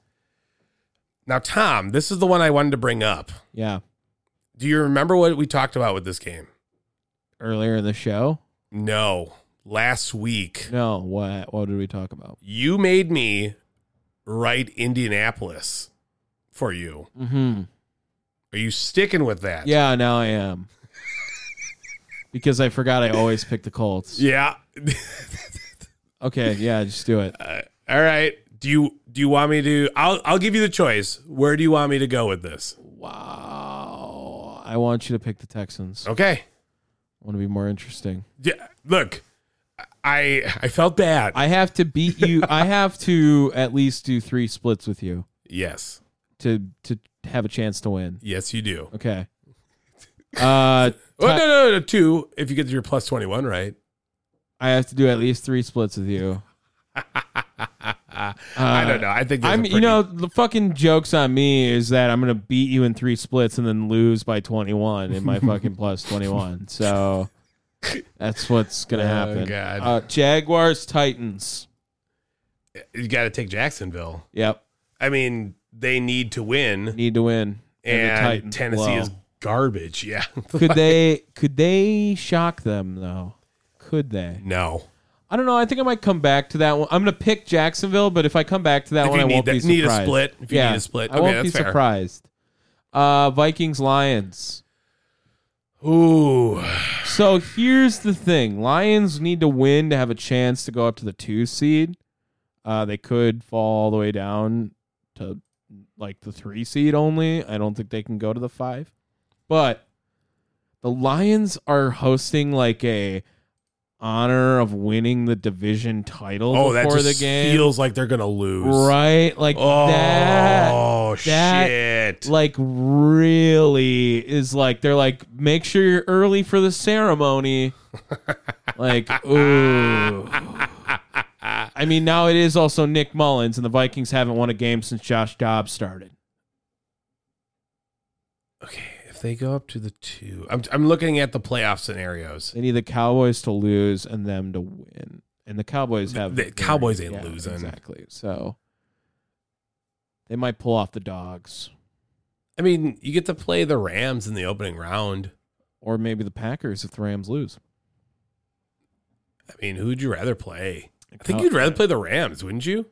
Now, Tom, this is the one I wanted to bring up.
Yeah,
Do you remember what we talked about with this game?
earlier in the show.
No. Last week,
No, what? What did we talk about?
you made me write Indianapolis for you.
Mm-hmm.
Are you sticking with that?
Yeah, now I am. because I forgot I always pick the Colts.
Yeah.
Okay, yeah, just do it.
All right. Do you do you want me to I'll I'll give you the choice. Where do you want me to go with this?
Wow. I want you to pick the Texans. I
Okay.
want to be more interesting.
Yeah, look. I I felt bad.
I have to beat you. I have to at least do three splits with you
yes.
to to have a chance to win.
Yes, you do.
Okay. Uh
Oh,
Ty-
no, no, no, two if you get your plus 21, right?
I have to do at least three splits with you.
I don't know. I think there's a
Uh, I'm you
pretty-
know, the fucking jokes on me is that I'm gonna beat you in three splits and then lose by twenty one in my fucking plus twenty one. So that's what's gonna happen.
Oh, God.
Uh, Jaguars Titans.
you got to take Jacksonville.
Yep.
I mean, they need to win,
Need to win. the
and
Titans
Tennessee
blow.
is garbage. Yeah,
could they could they shock them though? Could they?
no.
I don't know. I think I might come back to that one. I'm gonna pick Jacksonville, but if I come back to that
If
one,
you
I
need
won't
that-
be
need a
surprised.
split, if you need a split.
I
Okay,
won't
that's
be
fair.
surprised. Uh, Vikings Lions.
Ooh.
So here's the thing: Lions need to win to have a chance to go up to the two seed. Uh, they could fall all the way down to like the three seed only. I don't think they can go to the five. But the Lions are hosting like a honor of winning the division title
Oh, that
before
just
the game.
feels like they're gonna lose.
right, like
Oh
that that-
shit.
like really is like they're like make sure you're early for the ceremony. like ooh. I mean now it is also Nick Mullins and the Vikings haven't won a game since Josh Dobbs started.
okay, if they go up to the two, I'm I'm looking at the playoff scenarios.
They need the Cowboys to lose and them to win. And the Cowboys have
The- the Cowboys ain't losing.
Exactly. So they might pull off the dogs
I mean, you get to play the Rams in the opening round.
or maybe the Packers if the Rams lose.
I mean, who'd you rather play? I think
Cow-
you'd rather play the Rams, wouldn't you?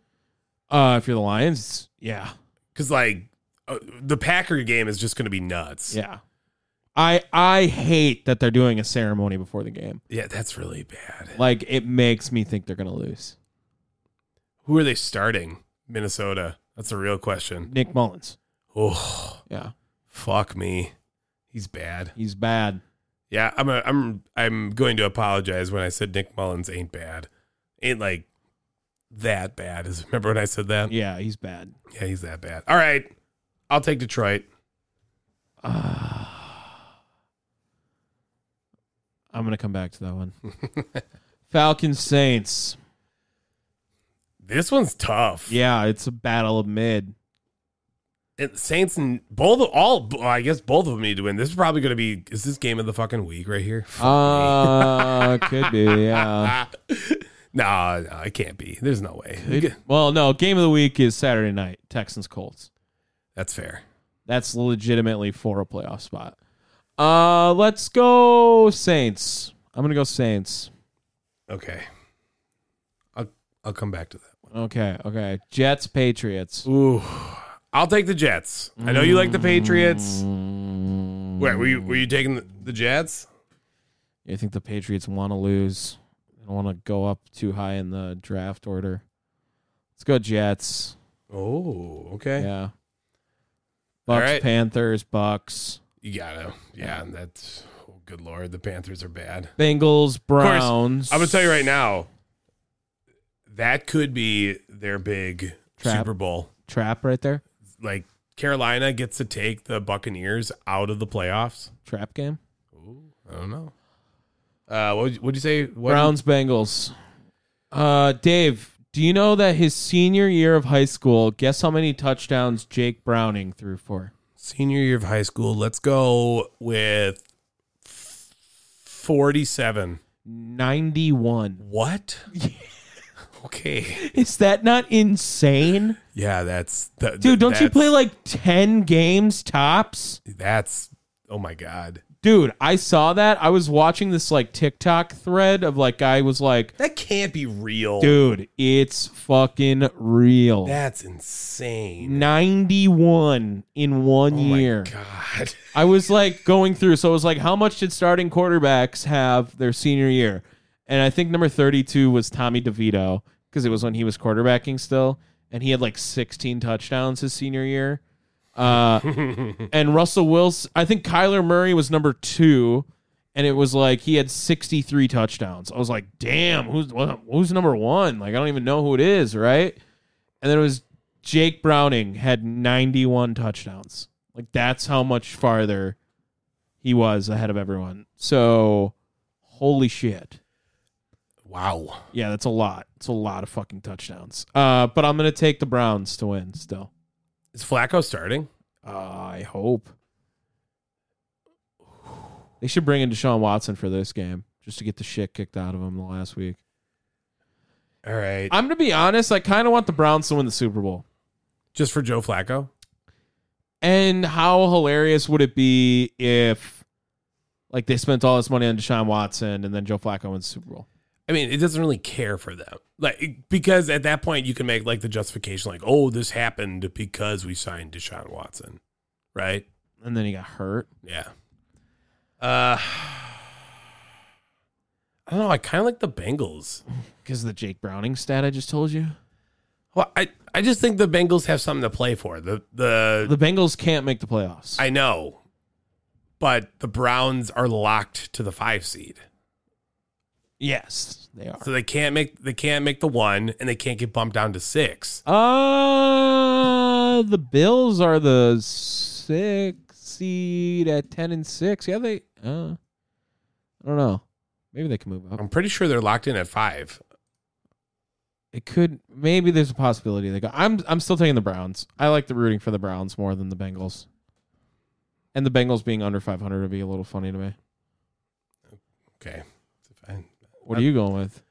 Uh if you're the Lions, yeah.
Because like uh, the Packer game is just gonna be nuts.
Yeah. I I hate that they're doing a ceremony before the game.
yeah, that's really bad.
Like it makes me think they're gonna lose.
Who are they starting? Minnesota. That's a real question.
Nick Mullins.
Oh,
Yeah.
fuck me. He's bad.
He's bad.
Yeah, I'm a, I'm I'm going to apologize when I said Nick Mullins ain't bad. Ain't like that bad. Is remember when I said that?
Yeah, he's bad.
Yeah, he's that bad. All right. I'll take Detroit.
I'm gonna come back to that one. Falcons Saints.
This one's tough.
Yeah, it's a battle of mid.
It, Saints and both of all well, I guess both of them need to win. This is probably going to be is this game of the fucking week right here?
Uh could be, yeah.
Ah. no, no, it can't be. There's no way.
Well, no, game of the week is Saturday night, Texans Colts.
That's fair.
That's legitimately for a playoff spot. Uh let's go Saints. I'm gonna go Saints.
Okay. I'll I'll come back to that one.
Okay, okay. Jets, Patriots.
Ooh. I'll take the Jets. I know you like the Patriots. Wait, were you were you taking the, the Jets?
I think the Patriots want to lose. They don't want to go up too high in the draft order. Let's go Jets.
Oh, okay.
Yeah.
All
Bucks,
right.
Panthers, Bucks,
You gotta. Yeah, and that's oh, good lord, the Panthers are bad.
Bengals,
Of course,
Browns.
I'm gonna tell you right now, that could be their big
Trap.
Super Bowl.
Trap right there.
Like Carolina gets to take the Buccaneers out of the playoffs.
Trap game.
I don't know. Uh, what would you say? What,
Browns, Bengals. Uh, Dave, do you know that his senior year of high school, guess how many touchdowns Jake Browning threw for?
Senior year of high school. Let's go with f- 47.
91.
What? okay.
Is that not insane?
Yeah, that's that,
Dude, don't you
that's-
play like 10 games tops?
That's oh my god.
Dude, I saw that. I was watching this like TikTok thread of like guy was like,
That can't be real.
"Dude, it's fucking real."
That's insane.
91 in one
Oh my
year.
god.
I was like going through so it was like how much did starting quarterbacks have their senior year? And I think number 32 was Tommy DeVito because it was when he was quarterbacking still and he had like 16 touchdowns his senior year. Uh, and Russell Wilson, I think Kyler Murray was number two, and it was like he had 63 touchdowns. I was like, damn, who's what- who's number one? Like, I don't even know who it is, right? And then it was Jake Browning had 91 touchdowns. Like, that's how much farther he was ahead of everyone. So, holy shit.
Wow.
Yeah, that's a lot. It's a lot of fucking touchdowns. Uh, but I'm gonna take the Browns to win still.
Is Flacco starting?
Uh, I hope. They should bring in Deshaun Watson for this game just to get the shit kicked out of him the last week.
All right.
I'm going to be honest. I kind of want the Browns to win the Super Bowl.
Just for Joe Flacco?
And how hilarious would it be if, like, they spent all this money on Deshaun Watson and then Joe Flacco wins the Super Bowl?
I mean, it doesn't really care for them. Like because at that point you can make like the justification like, "Oh, this happened because we signed Deshaun Watson." Right?
and then he got hurt.
Yeah. Uh I don't know, I kind of like the Bengals.
Because the Jake Browning stat I just told you.
Well, I I just think the Bengals have something to play for. The the,
The Bengals can't make the playoffs.
I know. But the Browns are locked to the 5 seed.
yes, they are.
So they can't make they can't make the 1 and they can't get bumped down to 6.
Uh, the Bills are the six seed at ten and six. Yeah, they. Uh, I don't know. Maybe they can move up.
I'm pretty sure they're locked in at 5.
It could. Maybe there's a possibility they go. I'm. I'm still taking the Browns. I like the rooting for the Browns more than the Bengals. And the Bengals being under 500 would be a little funny to me.
Okay. It's fine.
What
Uh,
are you going with?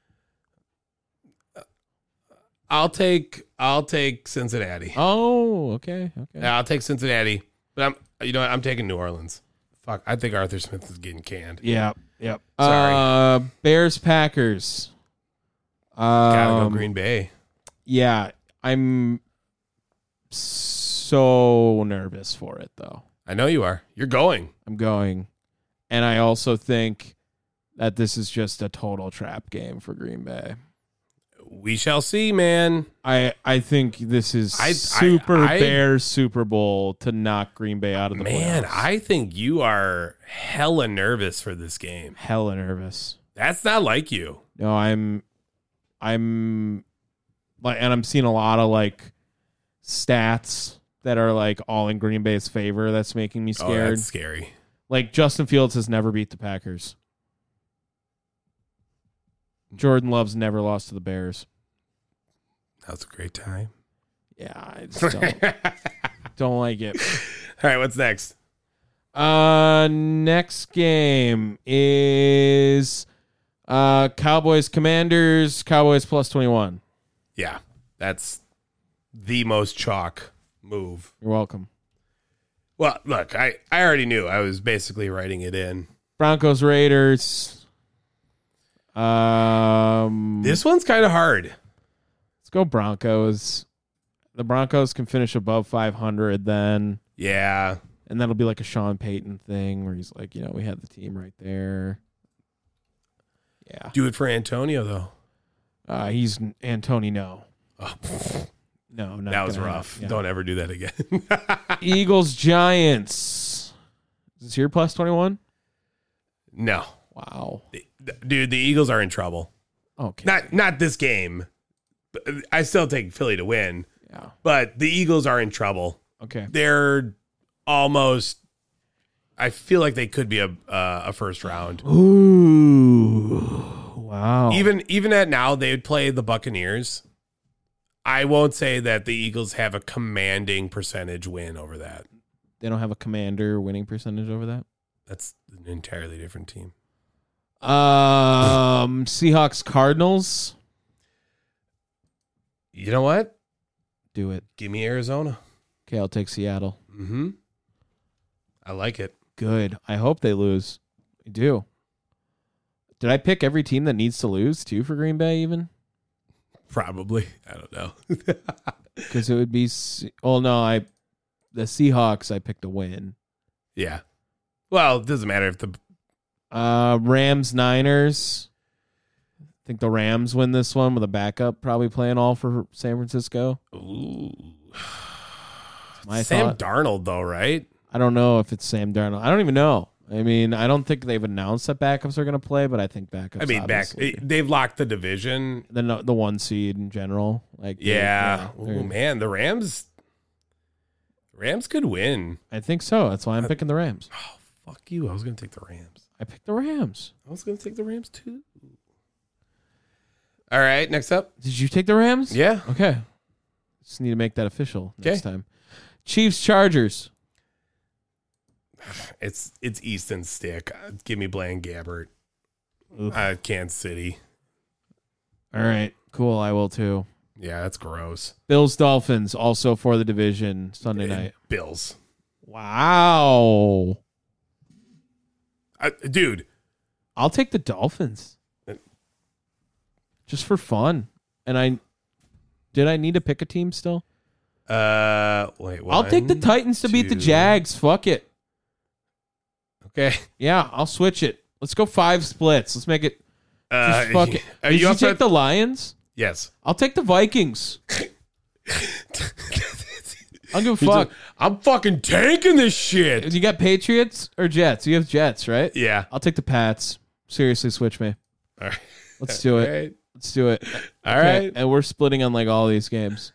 I'll take I'll take Cincinnati.
Oh, okay, okay.
Yeah, I'll take Cincinnati, but I'm you know what? I'm taking New Orleans. Fuck, I think Arthur Smith is getting canned.
Yeah, yep.
Sorry.
Uh, Bears Packers. Um,
Gotta go Green Bay.
Yeah, I'm so nervous for it though.
I know you are. You're going.
I'm going, and I also think that this is just a total trap game for Green Bay.
We shall see, man.
I I think this is
I- I-
super
I-
Bears Super Bowl to knock Green Bay out of the
Man,
playoffs.
I think you are hella nervous for this game.
hella nervous.
That's not like you.
No, I'm I'm like and I'm seeing a lot of like stats that are like all in Green Bay's favor that's making me
Oh,
scared.
that's scary.
like Justin Fields has never beat the Packers. Jordan Love's never lost to the Bears.
That was a great time.
Yeah, I just
All
don't, don't like it.
right, what's next?
Uh next game is uh Cowboys Commanders, Cowboys plus 21.
Yeah, that's the most chalk move.
You're welcome.
Well, look, I, I already knew. I was basically writing it in.
Broncos Raiders. Um,
This one's kind of hard.
let's go Broncos. The Broncos can finish above 500 then,
Yeah.
and that'll be like a Sean Payton thing where he's like, you know, we had the team right there. Yeah,
Do it for Antonio, though.
uh, he's Antony. No,
Oh,
no, not
that was
gonna
rough.
happen. Yeah.
Don't ever do that again.
Eagles Giants. Is this your plus 21?
no.
Wow.
Dude, the Eagles are in trouble.
Okay.
Not not this game. But I still take Philly to win,
yeah.
but the Eagles are in trouble.
Okay.
They're almost I feel like they could be a uh, a first round.
Ooh. Wow.
Even even at now they would play the Buccaneers. I won't say that the Eagles have a commanding percentage win over that.
they don't have a commander winning percentage over that.
That's an entirely different team.
Um, Seahawks Cardinals.
You know what?
Do it.
Give me Arizona.
Okay, I'll take Seattle.
Mm-hmm. I like it.
Good. I hope they lose. I do. Did I pick every team that needs to lose too for Green Bay even?
Probably. I don't know.
Because it would be. Se- Oh no, I the Seahawks. I picked a win.
yeah. Well, it doesn't matter if the
Uh, Rams Niners. I think the Rams win this one with a backup probably playing all for San Francisco.
Ooh.
My
Sam
thought.
Darnold though, right?
I don't know if it's Sam Darnold. I don't even know. I mean, I don't think they've announced that backups are going to play, but I think backups.
I mean, back
obviously.
they've locked the division.
the no- the one seed in general. Like, they-
Yeah.
they're-
Ooh, man, the Rams Rams could win.
I think so. That's why I'm picking the Rams.
Oh, fuck you. I was going to take the Rams.
I picked the Rams.
I was going to take the Rams too. All right, next up.
Did you take the Rams?
Yeah.
Okay. Just need to make that official next
Okay.
time. Chiefs Chargers.
It's it's Easton Stick. Uh, Give me Bland Gabbert.
Oof.
Uh, Kansas City.
All right. Cool. I will too.
Yeah, that's gross.
Bills Dolphins also for the division Sunday night.
Bills.
Wow.
Uh, dude,
I'll take the Dolphins. just for fun. And I did I need to pick a team still?
Uh, wait.
I'll take the
one,
Titans to beat the
two.
Jags. Fuck it.
Okay.
Yeah, I'll switch it. Let's go five splits. Let's make it.
Uh,
Just fuck it.
Are
Did
you
you,
up
take
at-
the Lions?
Yes.
I'll take the Vikings. I'll give a fuck.
I'm fucking tanking this shit.
You got Patriots or Jets? You have Jets, right?
Yeah.
I'll take the Pats. Seriously, switch me.
All right.
Let's do it. Let's do it.
All right.
Okay, And we're splitting on like all these games.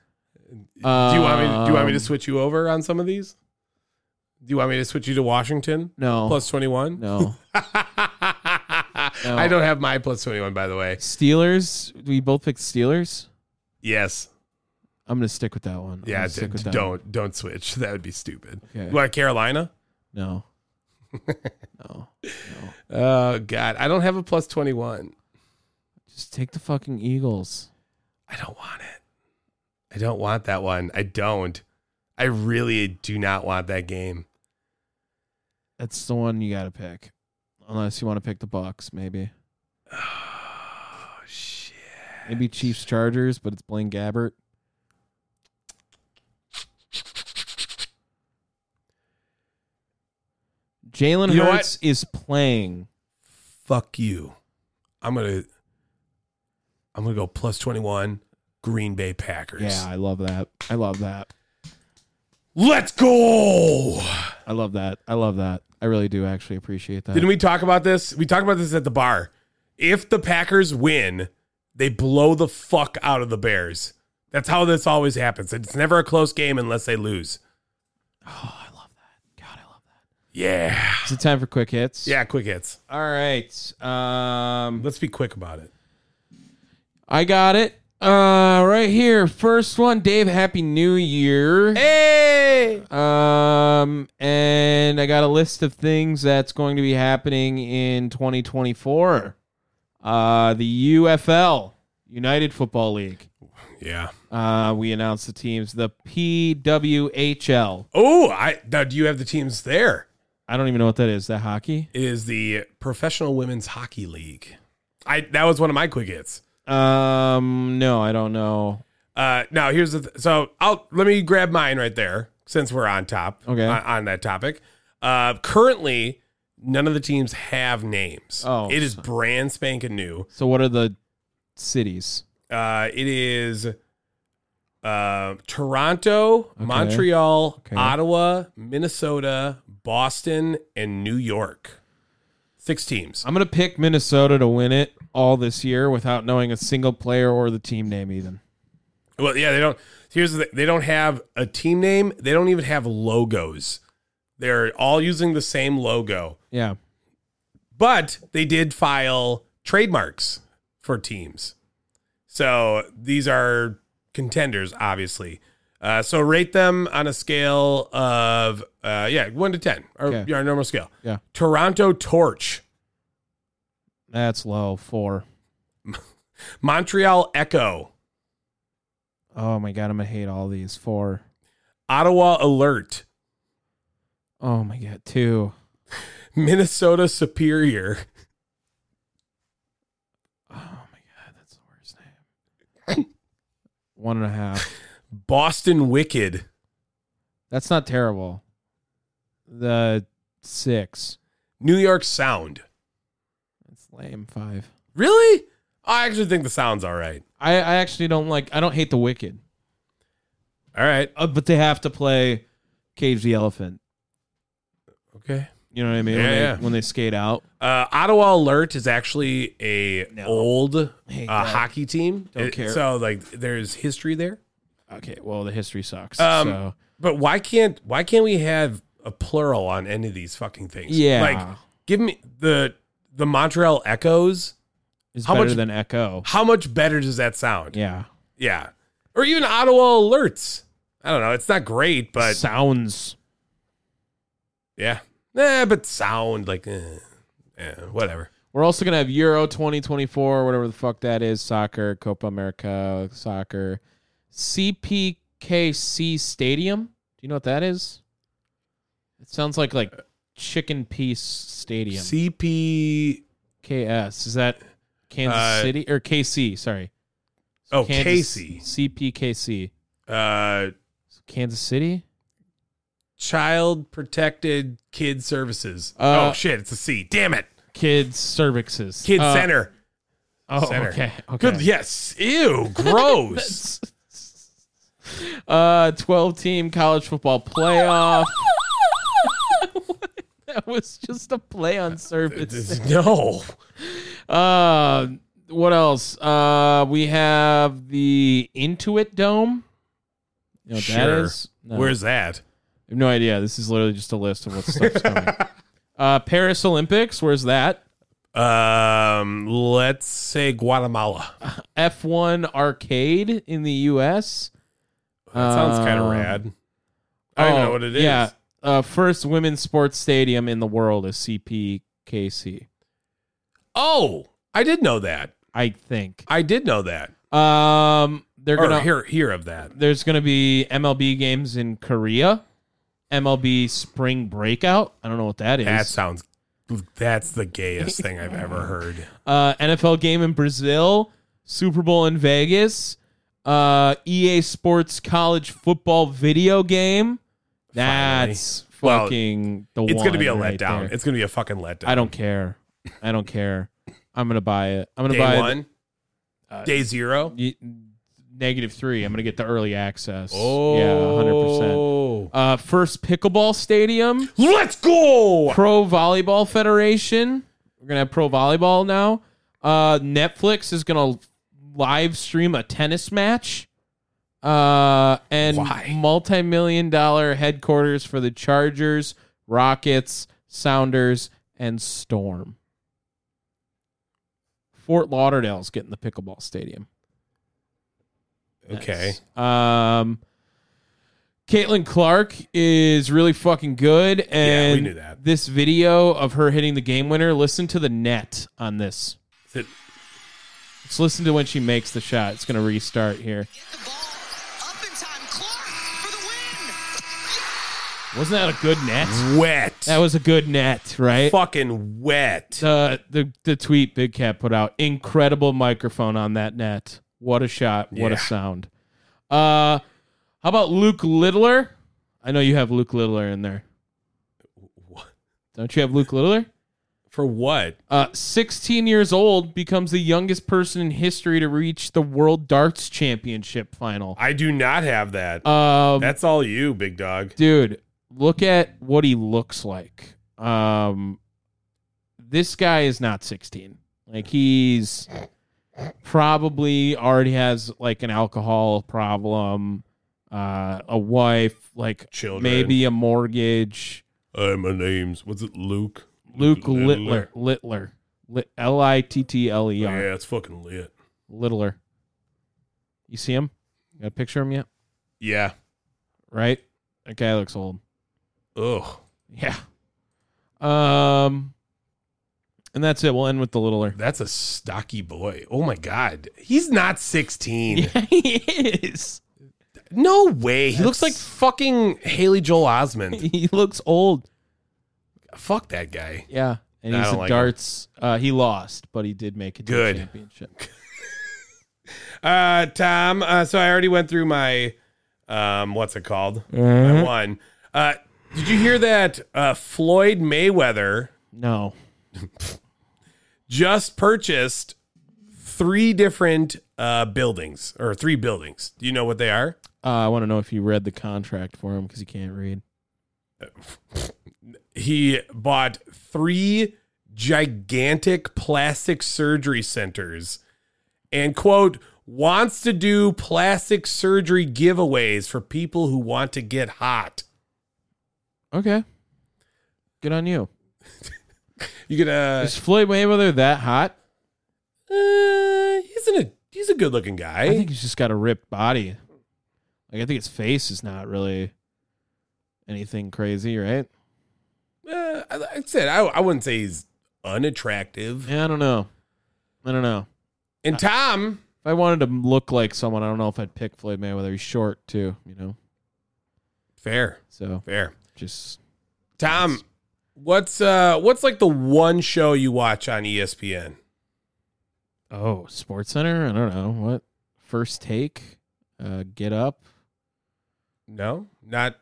Um,
Do you want me? do you want me to switch you over on some of these? Do you want me to switch you to Washington?
No.
Plus twenty one.
No.
I don't have my plus twenty one, by the way.
Steelers. We both picked Steelers.
Yes.
I'm gonna stick with that one. I'm
Yeah.
gonna
d-
stick with that one.
don't don't switch. That would be stupid.
Okay.
You want Carolina?
No. no.
Oh God, I don't have a plus twenty one.
Just take the fucking Eagles.
I don't want it. I don't want that one. I don't. I really do not want that game.
That's the one you gotta pick. Unless you want to pick the Bucks, maybe.
Oh shit.
Maybe Chiefs Chargers, but it's Blaine Gabbert. Jalen
You know what?
Hurts is playing.
Fuck you. I'm gonna. I'm gonna go plus twenty one. Green Bay Packers.
Yeah, I love that. I love that.
Let's go.
I love that. I love that. I really do actually appreciate that.
Didn't we talk about this? We talked about this at the bar. If the Packers win, they blow the fuck out of the Bears. That's how this always happens. It's never a close game unless they lose.
oh, I love that. God, I love that.
Yeah.
Is it time for quick hits?
Yeah, quick hits.
All right. Um,
Let's be quick about it.
I got it. Uh, right here. First one, Dave. Happy New Year.
Hey.
Um, and I got a list of things that's going to be happening in 2024. Uh, the UFL, United Football League.
Yeah.
Uh, we announced the teams. The PWHL.
Oh, I now do you have the teams there?
I don't even know what that is. Is That hockey.
It is the Professional Women's Hockey League. I that was one of my quick hits.
Um, no, I don't know.
Uh, now here's the th- so I'll let me grab mine right there since we're on top.
Okay.
on, on that topic. Uh, currently, none of the teams have names.
Oh.
it is brand spanking new.
So what are the cities?
Uh, it is uh, Toronto, Montreal,
Okay.
Ottawa, Minnesota, Boston, and New York. Six teams.
I'm gonna pick Minnesota to win it all this year without knowing a single player or the team name even.
Well, yeah, they don't. Here's the, they don't have a team name. They don't even have logos. They're all using the same logo.
Yeah.
but they did file trademarks for teams. So these are contenders, obviously. Uh, so rate them on a scale of uh, yeah, one to ten, or
Okay.
your normal scale.
Yeah.
Toronto Torch,
That's low. Four.
Montreal Echo,
Oh my god, I'm gonna hate all these. Four.
Ottawa Alert,
Oh my god, two.
Minnesota Superior,
Oh my god, that's the worst name. One and a half.
Boston Wicked,
That's not terrible. The six.
New York Sound.
That's lame. Five.
Really? I actually think the sound's all right.
I, I actually don't like. I don't hate the wicked,
All right.
uh, but they have to play Cage the Elephant.
Okay.
You know what I mean?
Yeah,
when, they,
yeah.
when they skate out,
Uh, Ottawa Alert is actually a
No.
old uh,
Hate that.
hockey team.
Don't care.
So like, there's history there.
okay. Well, the history sucks.
Um,
so
But why can't why can't we have a plural on any of these fucking things?
Yeah.
like give me the the Montreal Echoes.
it's
how
better
much-
than Echo.
How much better does that sound?
Yeah,
Yeah. or even Ottawa Alerts. I don't know. It's not great, but
sounds.
yeah, eh, but sound like eh, eh, whatever.
We're also gonna have Euro 2024, whatever the fuck that is. Soccer, Copa America, soccer, CPKC Stadium. Do you know what that is? It sounds like like Chicken Piece Stadium.
CP
KS is that Kansas
Uh,
City or KC. Sorry. So
Oh, KC.
CPKC.
Uh,
So Kansas City.
Child Protected Kid Services.
Uh,
oh shit, it's a C. Damn it.
Kids services.
Kid
Uh,
Center.
Oh,
Center.
okay. Okay.
Good. Yes. Ew. Gross.
uh, twelve team college football playoff. that was just a play
Uh,
on service.
no.
Uh, what else? Uh, we have the Intuit Dome. You know what that
Sure.
is? No.
Where's that?
I have no idea. This is literally just a list of what stuff's coming. Uh, Paris Olympics. Where's that?
Um, let's say Guatemala. That
F1 Arcade in the U.S.
sounds kind of
Uh,
rad. I don't even know what it is.
oh, Yeah. Uh, first women's sports stadium in the world is CPKC,
Oh, I did know that.
I think.
I did know that.
Um, they're
Or
gonna
hear hear of that.
there's gonna be MLB games in Korea, MLB Spring Breakout. I don't know what that is.
That sounds. That's the gayest thing I've ever heard.
uh, NFL game in Brazil, Super Bowl in Vegas, uh, EA Sports College Football video game. That's
Finally. Well,
fucking the
It's
one.
gonna be a
right
letdown.
there.
It's gonna be a fucking letdown.
I don't care. I don't care. I'm gonna buy it. I'm gonna
Day
buy uh,
one, day zero.
The, y- negative three. I'm gonna get the early access. yeah, hundred
Oh.
percent. Uh, first pickleball stadium,
Let's go.
pro volleyball federation. We're gonna have pro volleyball now. Uh, Netflix is gonna live stream a tennis match. Uh, and
Why?
multi-million dollar headquarters for the Chargers, Rockets, Sounders, and Storm. Fort Lauderdale's getting the pickleball stadium.
Okay.
Um, Caitlin Clark is really fucking good, and
knew that.
this video of her hitting the game winner. Listen to the net on this.
Is it-
Let's listen to when she makes the shot. It's gonna restart here.
the ball up in time. Clark for the win.
Wasn't that a good net?
Mm. wet.
That was a good net, right?
fucking wet.
Uh, the the tweet Big Cat put out. Incredible microphone on that net. What a shot. What a
Yeah.
sound. Uh, how about Luke Littler? I know you have Luke Littler in there. Don't you have Luke Littler?
For what?
Uh, 16 years old becomes the youngest person in history to reach the World Darts Championship final.
I do not have that.
Um,
That's all you, big dog.
dude look at what he looks like um this guy is not 16 like he's probably already has like an alcohol problem uh a wife like
Children.
maybe a mortgage
Uh, my name's what's it, Luke?
luke littler littler Lit- l-i-t-t-l-e-r
Oh, Yeah, it's fucking lit.
E littler you see him got a picture of him yet
Yeah.
right that guy looks old
Ugh.
Yeah. Um, and that's it. We'll end with the littler.
That's a stocky boy. Oh my god, he's not sixteen.
he is.
No way. He looks like
That's-
fucking Haley Joel Osment.
He looks old.
Fuck that guy.
Yeah. And
I
he's
don't
a
like him.
darts. Uh, he lost, but he did make it to
Good.
the championship.
Uh, Tom. Uh, so I already went through my, um, what's it called? My one. Uh, did you hear that? Uh, Floyd Mayweather
No.
just purchased three different uh buildings or three buildings. Do you know what they are?
Uh, I want to know if you read the contract for him because he can't read.
He bought three gigantic plastic surgery centers and, quote, wants to do plastic surgery giveaways for people who want to get hot.
Okay. Good on you.
You gonna?
is Floyd Mayweather that hot?
Uh, he's an, he's a good looking guy.
I think he's just got a ripped body. Like I think his face is not really anything crazy, right?
uh, I, I said I, I wouldn't say he's unattractive.
Yeah, I don't know. I don't know.
And Tom,
If I wanted to look like someone, I don't know if I'd pick Floyd Mayweather. He's short too, you know.
fair,
So
fair.
just
Tom, E what's uh what's like the one show you watch on ESPN?
Oh, Sports Center. I don't know what. First take. Uh, get up.
No, not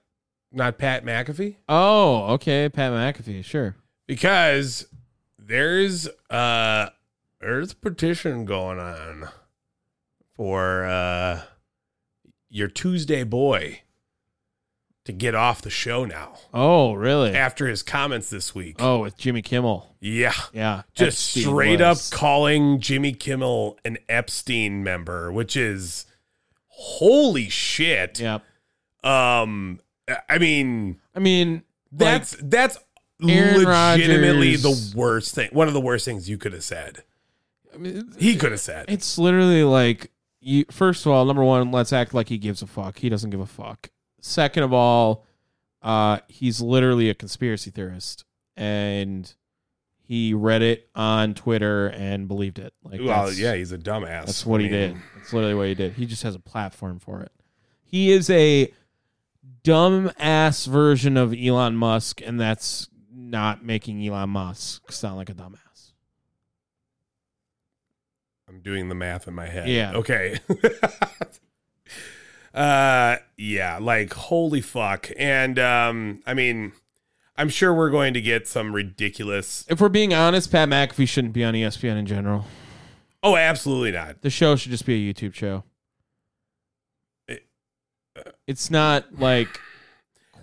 not Pat McAfee
Oh, okay. Pat McAfee. Sure.
because there's uh there's a petition going on for uh your Tuesday boy to get off the show now
Oh, really?
after his comments this week.
Oh, with Jimmy Kimmel.
Yeah.
Yeah.
Just
Epstein
straight
was.
up calling Jimmy Kimmel an Epstein member, which is holy shit.
Yep.
Um I- I mean
I mean, like,
that's that's
Aaron
legitimately
Rodgers-
the worst thing. One of the worst things you could have said.
I mean,
He could have said.
It's literally like you. First of all, number one, let's act like he gives a fuck. He doesn't give a fuck. Second of all, uh, he's literally a conspiracy theorist, and he read it on Twitter and believed it. Like,
Well,
that's-
yeah, he's a dumbass.
that's what
I
he
mean,
did. That's literally what he did. He just has a platform for it. He is a dumb ass version of Elon Musk, and that's not making Elon Musk sound like a dumbass.
I'm doing the math in my head.
Yeah.
Okay. uh yeah, like holy fuck. And um I mean I'm sure we're going to get some ridiculous
If we're being honest, Pat McAfee shouldn't be on E ESPN in general.
Oh, absolutely not.
The show should just be a YouTube show.
It- uh,
It's not like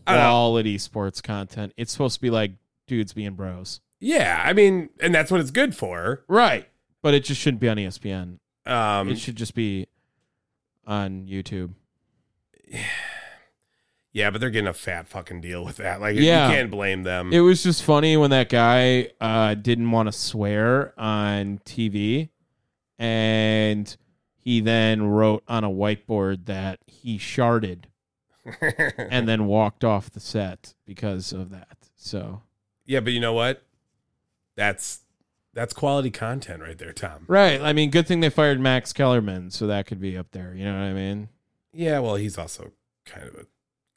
I don't know.
quality sports content. It's supposed to be like dudes being bros.
Yeah, I mean, and that's what it's good for.
Right. But it just shouldn't be on E ESPN.
Um
it should just be on YouTube.
yeah, but they're getting a fat fucking deal with that. Like
Yeah.
you can't blame them.
It was just funny when that guy uh, didn't want to swear on TV, and he then wrote on a whiteboard that he sharded and then walked off the set because of that. So
yeah, but you know what? That's that's quality content right there, Tom.
right, I mean, good thing they fired Max Kellerman, so that could be up there. You know what I mean?
Yeah, well, he's also kind of a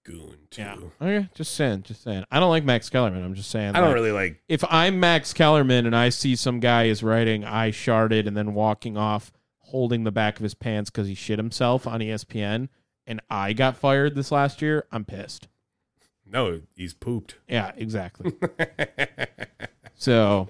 goon too.
Okay, just saying, just saying. I don't like Max Kellerman. I'm just saying.
I don't
like,
really like
if I'm Max Kellerman and I see some guy is writing I sharded and then walking off holding the back of his pants because he shit himself on E ESPN and I got fired this last year, I'm pissed.
no, he's pooped.
Yeah, exactly. so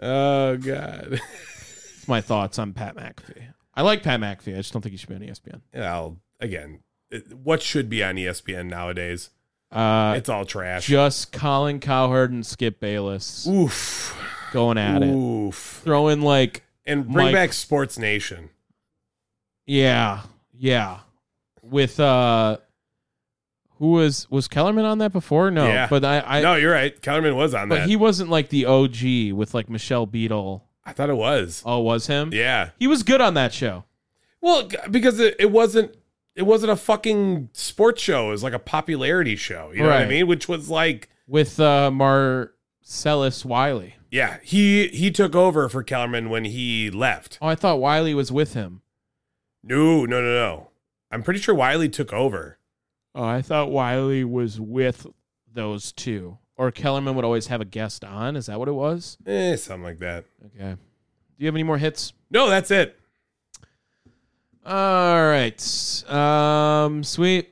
Oh god.
that's my thoughts on Pat McAfee. I like Pat McAfee. I just don't think he should be on E ESPN.
well, again, it- what should be on E ESPN nowadays?
Uh,
It's all trash.
just Colin Cowherd and Skip Bayless
Oof.
going at it.
Oof.
Throwing like,
And bring
Mike-
back Sports Nation.
yeah, yeah. With uh who was was Kellerman on that before? No.
Yeah.
But I, I
no, you're right. Kellerman was on
But
that.
he wasn't like the OG with like Michelle Beadle.
I thought it was.
Oh, was him?
Yeah.
He was good on that show.
Well, g- because it, it wasn't it wasn't a fucking sports show. It was like a popularity show. You know what I
Right.
mean? Which was like,
With uh Marcellus Wiley.
yeah, he he took over for Kellerman when he left.
Oh, I thought Wiley was with him.
No, no, no, no. I'm pretty sure Wiley took over.
Oh, I thought Wiley was with those two. Or Kellerman would always have a guest on. Is that what it was?
Eh, something like that.
Okay. Do you have any more hits?
No, that's it.
All right. Um, sweet.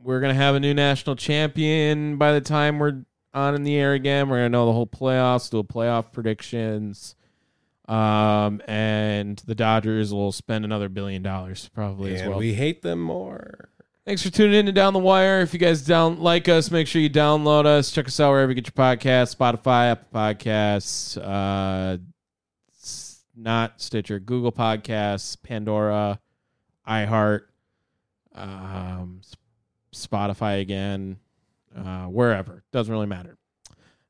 We're gonna have a new national champion by the time we're on in the air again. We're gonna know the whole playoffs, do a playoff predictions. Um, and the Dodgers will spend another billion dollars probably as
And
well.
we hate them more.
Thanks for tuning in to Down the Wire. If you guys down like us, make sure you download us. Check us out wherever you get your podcasts, Spotify, Apple Podcasts, uh, s- not Stitcher, Google Podcasts, Pandora, iHeart, um, S- Spotify again, uh, wherever. Doesn't really matter.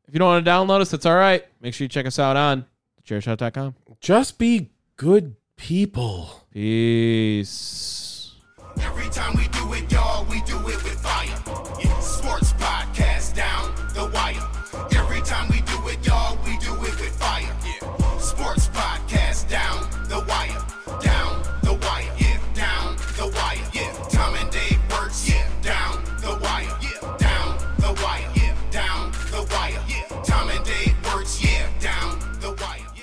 If you don't want to download us, that's all right. Make sure you check us out on chairshot.com.
Just be good people.
Peace.
Every time we do it, y'all, we do it with fire. Yeah. Sports podcast down the wire. Every time we do it, y'all, we do it with fire. Yeah. Sports podcast down the wire. Down the wire. Yeah. Down the wire. Yeah. Tom and Dave works. Yeah. Down the wire. Yeah. Down the wire. Yeah. Down the wire. Yeah. Tom and Dave works. Yeah. Down the wire. Yeah.